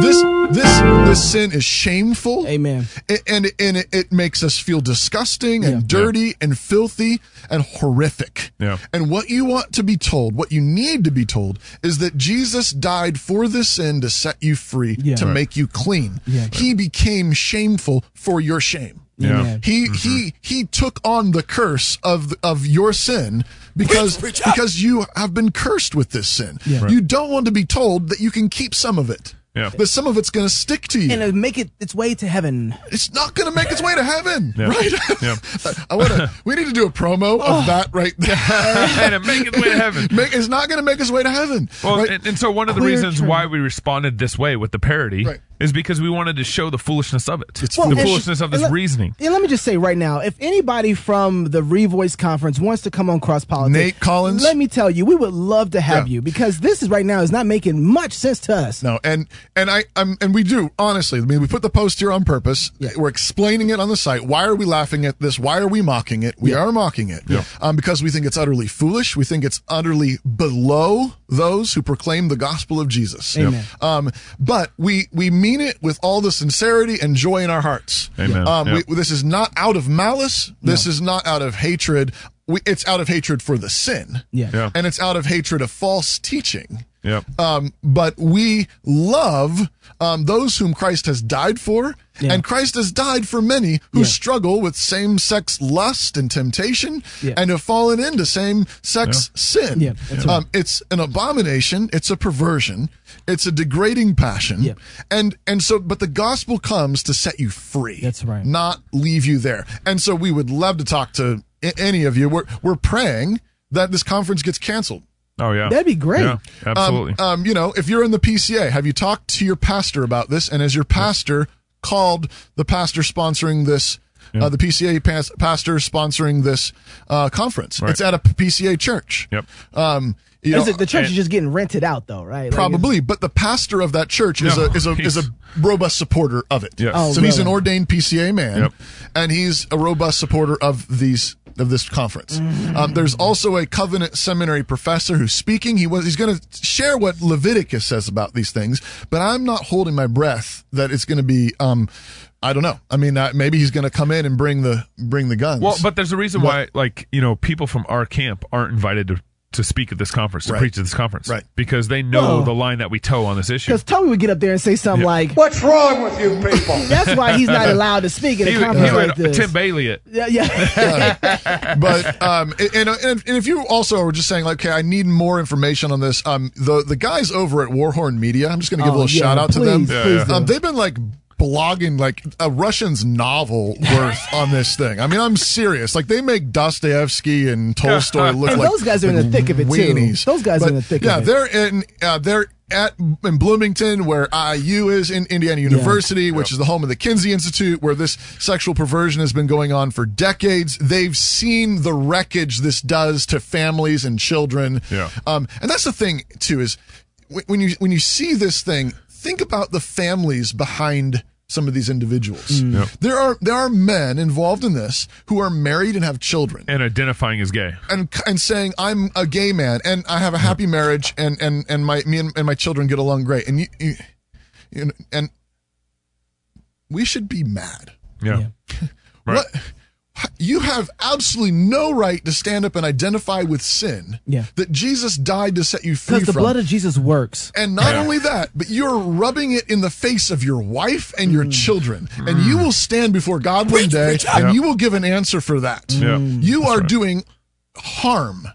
Speaker 1: This this this sin is shameful.
Speaker 11: Mm-hmm. Amen.
Speaker 1: a- And and it, it makes us feel disgusting and dirty and filthy and horrific.
Speaker 6: Yeah.
Speaker 1: And what you want to be told, what you need to be told, is that Jesus died for this sin to set you free,
Speaker 11: Yeah.
Speaker 1: to
Speaker 11: Right.
Speaker 1: make you clean.
Speaker 11: Yeah.
Speaker 1: He became shameful for your shame.
Speaker 6: Yeah. Amen.
Speaker 1: He he he took on the curse of of your sin because because you have been cursed with this sin.
Speaker 11: Yeah. Right.
Speaker 1: You don't want to be told that you can keep some of it.
Speaker 6: Yeah.
Speaker 1: That some of it's going to stick to you.
Speaker 11: And it'll make it its way to heaven.
Speaker 1: it's not going to make its way to heaven,
Speaker 6: Yeah.
Speaker 1: right?
Speaker 6: Yeah.
Speaker 1: I want to. We need to do a promo of that right there.
Speaker 6: and it make its way to heaven.
Speaker 1: Make, it's not going to make its way to heaven.
Speaker 6: Well,
Speaker 1: right?
Speaker 6: and, and so one of the
Speaker 1: Queer
Speaker 6: reasons
Speaker 1: trend.
Speaker 6: why we responded this way with the parody
Speaker 1: Right.
Speaker 6: is because we wanted to show the foolishness of it.
Speaker 1: It's
Speaker 6: the
Speaker 1: foolish.
Speaker 6: foolishness of this
Speaker 11: And let-
Speaker 6: reasoning.
Speaker 11: And let me just say right now, if anybody from the Revoice conference wants to come on Cross Politics,
Speaker 1: Nate Collins?
Speaker 11: let me tell you, we would love to have
Speaker 1: Yeah.
Speaker 11: you because this is right now is not making much sense to us.
Speaker 1: No, and and I i and we do honestly. I mean, we put the post here on purpose. We're explaining it on the site. Why are we laughing at this? Why are we mocking it? We are mocking it um, because we think it's utterly foolish. We think it's utterly below those who proclaim the gospel of Jesus.
Speaker 11: Amen.
Speaker 1: Um, but we we mean it with all the sincerity and joy in our hearts.
Speaker 6: Amen.
Speaker 1: Um,
Speaker 6: Yep.
Speaker 1: we, this is not out of malice. This is not out of hatred. We, it's out of hatred for the sin.
Speaker 11: Yeah.
Speaker 6: Yeah.
Speaker 1: And it's out of hatred of false teaching.
Speaker 6: Yep.
Speaker 1: Um, but we love um, those whom Christ has died for,
Speaker 11: Yeah.
Speaker 1: and Christ has died for many who struggle with same sex lust and temptation
Speaker 11: Yeah.
Speaker 1: and have fallen into same sex sin.
Speaker 11: Yeah, that's right.
Speaker 1: um, it's an abomination, it's a perversion, it's a degrading passion.
Speaker 11: Yeah.
Speaker 1: And and so but the gospel comes to set you free.
Speaker 11: That's right.
Speaker 1: Not leave you there. And so we would love to talk to a- any of you. We're we're praying that this conference gets canceled.
Speaker 6: Oh yeah,
Speaker 11: That'd be great.
Speaker 6: Yeah, absolutely.
Speaker 1: Um, um, you know, if you're in the PCA, have you talked to your pastor about this? And has your pastor called the pastor sponsoring this, uh, the PCA pas- pastor sponsoring this uh, conference?
Speaker 6: Right.
Speaker 1: It's at a PCA church.
Speaker 6: yep.
Speaker 1: Um, you
Speaker 11: Is
Speaker 1: know,
Speaker 11: it- the church is just getting rented out though, right? Like,
Speaker 1: probably, but the pastor of that church is
Speaker 6: No,
Speaker 1: a is a is a
Speaker 6: he's-
Speaker 1: robust supporter of it.
Speaker 6: Yes. Oh,
Speaker 1: so he's an
Speaker 11: really?
Speaker 1: ordained PCA man,
Speaker 6: Yep.
Speaker 1: and he's a robust supporter of these of this conference.
Speaker 11: Mm.
Speaker 1: Um, there's also a Covenant Seminary professor who's speaking. He was he's going to share what Leviticus says about these things, but I'm not holding my breath that it's going to be. Um, I don't know. I mean, uh, maybe he's going to come in and bring the bring the guns.
Speaker 6: Well, but there's a reason why, like you know, people from our camp aren't invited to to speak at this conference, to
Speaker 1: Right.
Speaker 6: preach at this conference,
Speaker 1: Right.
Speaker 6: Because they know
Speaker 11: Well-
Speaker 6: the line that we toe on this issue.
Speaker 11: Because Toby would get up there and say something like,
Speaker 9: What's wrong with you people?
Speaker 11: "That's why he's not allowed to speak in
Speaker 6: He,
Speaker 11: a
Speaker 6: would-
Speaker 11: conference
Speaker 6: he would
Speaker 11: like this."
Speaker 6: Tim Bailey it.
Speaker 11: yeah, yeah.
Speaker 1: but um, and, and, and if you also are just saying like, okay, I need more information on this. Um, the the guys over at Warhorn Media, I'm just going to give
Speaker 11: Oh,
Speaker 1: a little
Speaker 11: yeah,
Speaker 1: shout out to them.
Speaker 11: please, Yeah, please yeah.
Speaker 1: Um,
Speaker 11: do.
Speaker 1: they've been like blogging like a Russian's novel worth on this thing. I mean, I'm serious. Like they make Dostoevsky and Tolstoy look
Speaker 11: And
Speaker 1: like
Speaker 11: those guys are in
Speaker 1: like
Speaker 11: the thick of it, too.
Speaker 1: weenies.
Speaker 11: Those guys are
Speaker 1: But,
Speaker 11: in the thick of
Speaker 1: Yeah,
Speaker 11: it.
Speaker 1: they're in. Uh, they're at in Bloomington, where IU is in Indiana University, which is the home of the Kinsey Institute, where this sexual perversion has been going on for decades. They've seen the wreckage this does to families and children.
Speaker 6: Yeah.
Speaker 1: Um, and that's the thing too is wh- when you when you see this thing, think about the families behind some of these individuals. There are there are men involved in this who are married and have children
Speaker 6: and identifying as gay.
Speaker 1: and and saying I'm a gay man and I have a happy marriage and and and my me and, and my children get along great and you, you, you know, and we should be mad.
Speaker 6: Yeah. Right.
Speaker 1: What? You have absolutely no right to stand up and identify with sin
Speaker 11: Yeah.
Speaker 1: that Jesus died to set you free
Speaker 11: Because the
Speaker 1: from.
Speaker 11: blood of Jesus works.
Speaker 1: and not only that, but you're rubbing it in the face of your wife and
Speaker 6: Mm.
Speaker 1: your children. And you will stand before God one day and
Speaker 6: Yeah.
Speaker 1: you will give an answer for that. Mm.
Speaker 6: Yeah.
Speaker 1: You are doing harm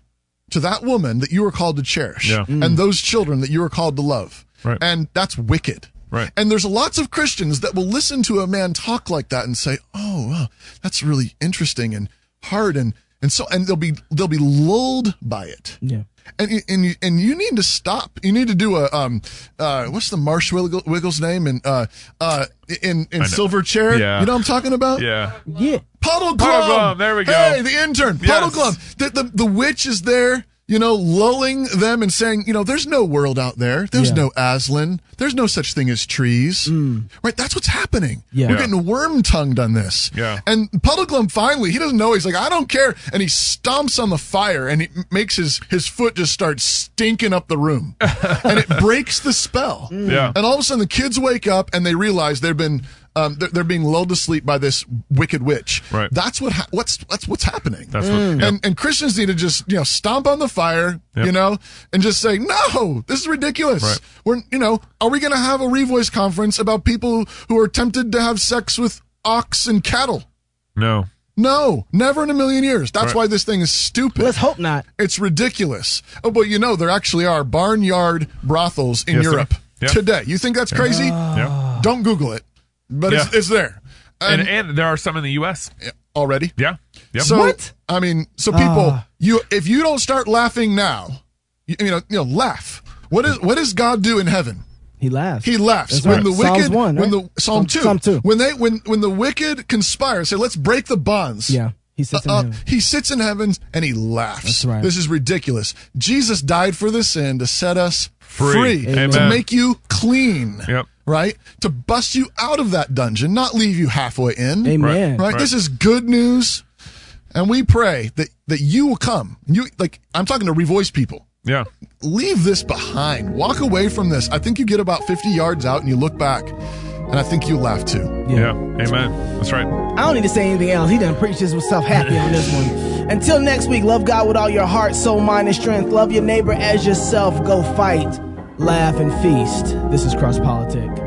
Speaker 1: to that woman that you are called to cherish
Speaker 6: Yeah. Mm.
Speaker 1: and those children that you are called to love.
Speaker 6: Right.
Speaker 1: And that's wicked.
Speaker 6: Right.
Speaker 1: And there's lots of Christians that will listen to a man talk like that and say, "Oh, well, that's really interesting and hard and and so and they'll be they'll be lulled by it."
Speaker 11: Yeah.
Speaker 1: And you- and you, and you need to stop. You need to do a um uh what's the Marsh Wiggle, Wiggles name and uh uh in in
Speaker 6: know.
Speaker 1: Silverchair?
Speaker 6: Yeah.
Speaker 1: You know what I'm talking about?
Speaker 6: Yeah.
Speaker 11: Yeah.
Speaker 1: Puddle Glum.
Speaker 6: Puddle Glum, there we go.
Speaker 1: Hey, the intern. Puddle
Speaker 6: Yes.
Speaker 1: Glum. The, the, the witch is there, you know, lulling them and saying, you know, there's no world out there. There's
Speaker 11: Yeah. Mm.
Speaker 1: no Aslan. There's no such thing as trees. Right? That's what's happening.
Speaker 11: Yeah.
Speaker 1: We're
Speaker 11: Yeah.
Speaker 1: getting worm tongued on this.
Speaker 6: Yeah.
Speaker 1: And Puddle Glum finally, he doesn't know. He's like, I don't care. And he stomps on the fire and he m- makes his, his foot just start stinking up the room. and it breaks the spell.
Speaker 6: Mm. Yeah.
Speaker 1: And all of a sudden, the kids wake up and they realize they've been um, they're, they're being lulled to sleep by this wicked witch.
Speaker 6: Right.
Speaker 1: That's what ha- what's that's what's happening.
Speaker 6: That's what- Mm.
Speaker 1: And and Christians need to just you know stomp on the fire,
Speaker 6: Yep.
Speaker 1: you know, and just say no, this is ridiculous.
Speaker 6: Right.
Speaker 1: We're you know, are we going to have a revoice conference about people who are tempted to have sex with ox and cattle?
Speaker 6: No.
Speaker 1: No, never in a million years. That's
Speaker 6: Right.
Speaker 1: why this thing is stupid.
Speaker 11: Let's hope not.
Speaker 1: It's ridiculous. Oh, but you know, there actually are barnyard brothels in
Speaker 6: Yes, sir.
Speaker 1: Europe
Speaker 6: Yeah.
Speaker 1: today. You think that's crazy?
Speaker 6: Yeah.
Speaker 1: Don't Google it, but it's,
Speaker 6: Yeah.
Speaker 1: it's there. Uh, And,
Speaker 6: And, and there are some in the U.S.
Speaker 1: already.
Speaker 6: Yeah. Yep.
Speaker 1: So
Speaker 11: What? Ah.
Speaker 1: I mean, so people, you if you don't start laughing now, you, you know, you know, laugh. What is what does God do in heaven?
Speaker 11: He laughs.
Speaker 1: He laughs
Speaker 11: That's
Speaker 1: when
Speaker 11: right.
Speaker 1: the
Speaker 11: Psalms
Speaker 1: wicked,
Speaker 11: one,
Speaker 1: when
Speaker 11: right?
Speaker 1: the Psalm two,
Speaker 11: Psalm two.
Speaker 1: when they when when the wicked conspire, say, let's break the bonds.
Speaker 11: Yeah. He sits in
Speaker 1: Uh,
Speaker 11: heaven.
Speaker 1: he sits in heavens and he laughs.
Speaker 11: That's right.
Speaker 1: This is ridiculous. Jesus died for this sin to set us free,
Speaker 6: Free. Amen.
Speaker 1: to make you clean.
Speaker 6: Yep.
Speaker 1: Right? To bust you out of that dungeon, not leave you halfway in.
Speaker 11: Amen.
Speaker 1: Right? This is good news. And we pray that, that you will come. You like I'm talking to revoice people.
Speaker 6: yeah.
Speaker 1: leave this behind. Walk away from this. I think you get about 50 yards out and you look back, and I think you laugh too.
Speaker 6: Yeah. Amen. That's right.
Speaker 11: I don't need to say anything else. He done preached his self happy on this one. Until next week, love God with all your heart, soul, mind, and strength. Love your neighbor as yourself. Go fight, laugh, and feast. This is Cross Politic.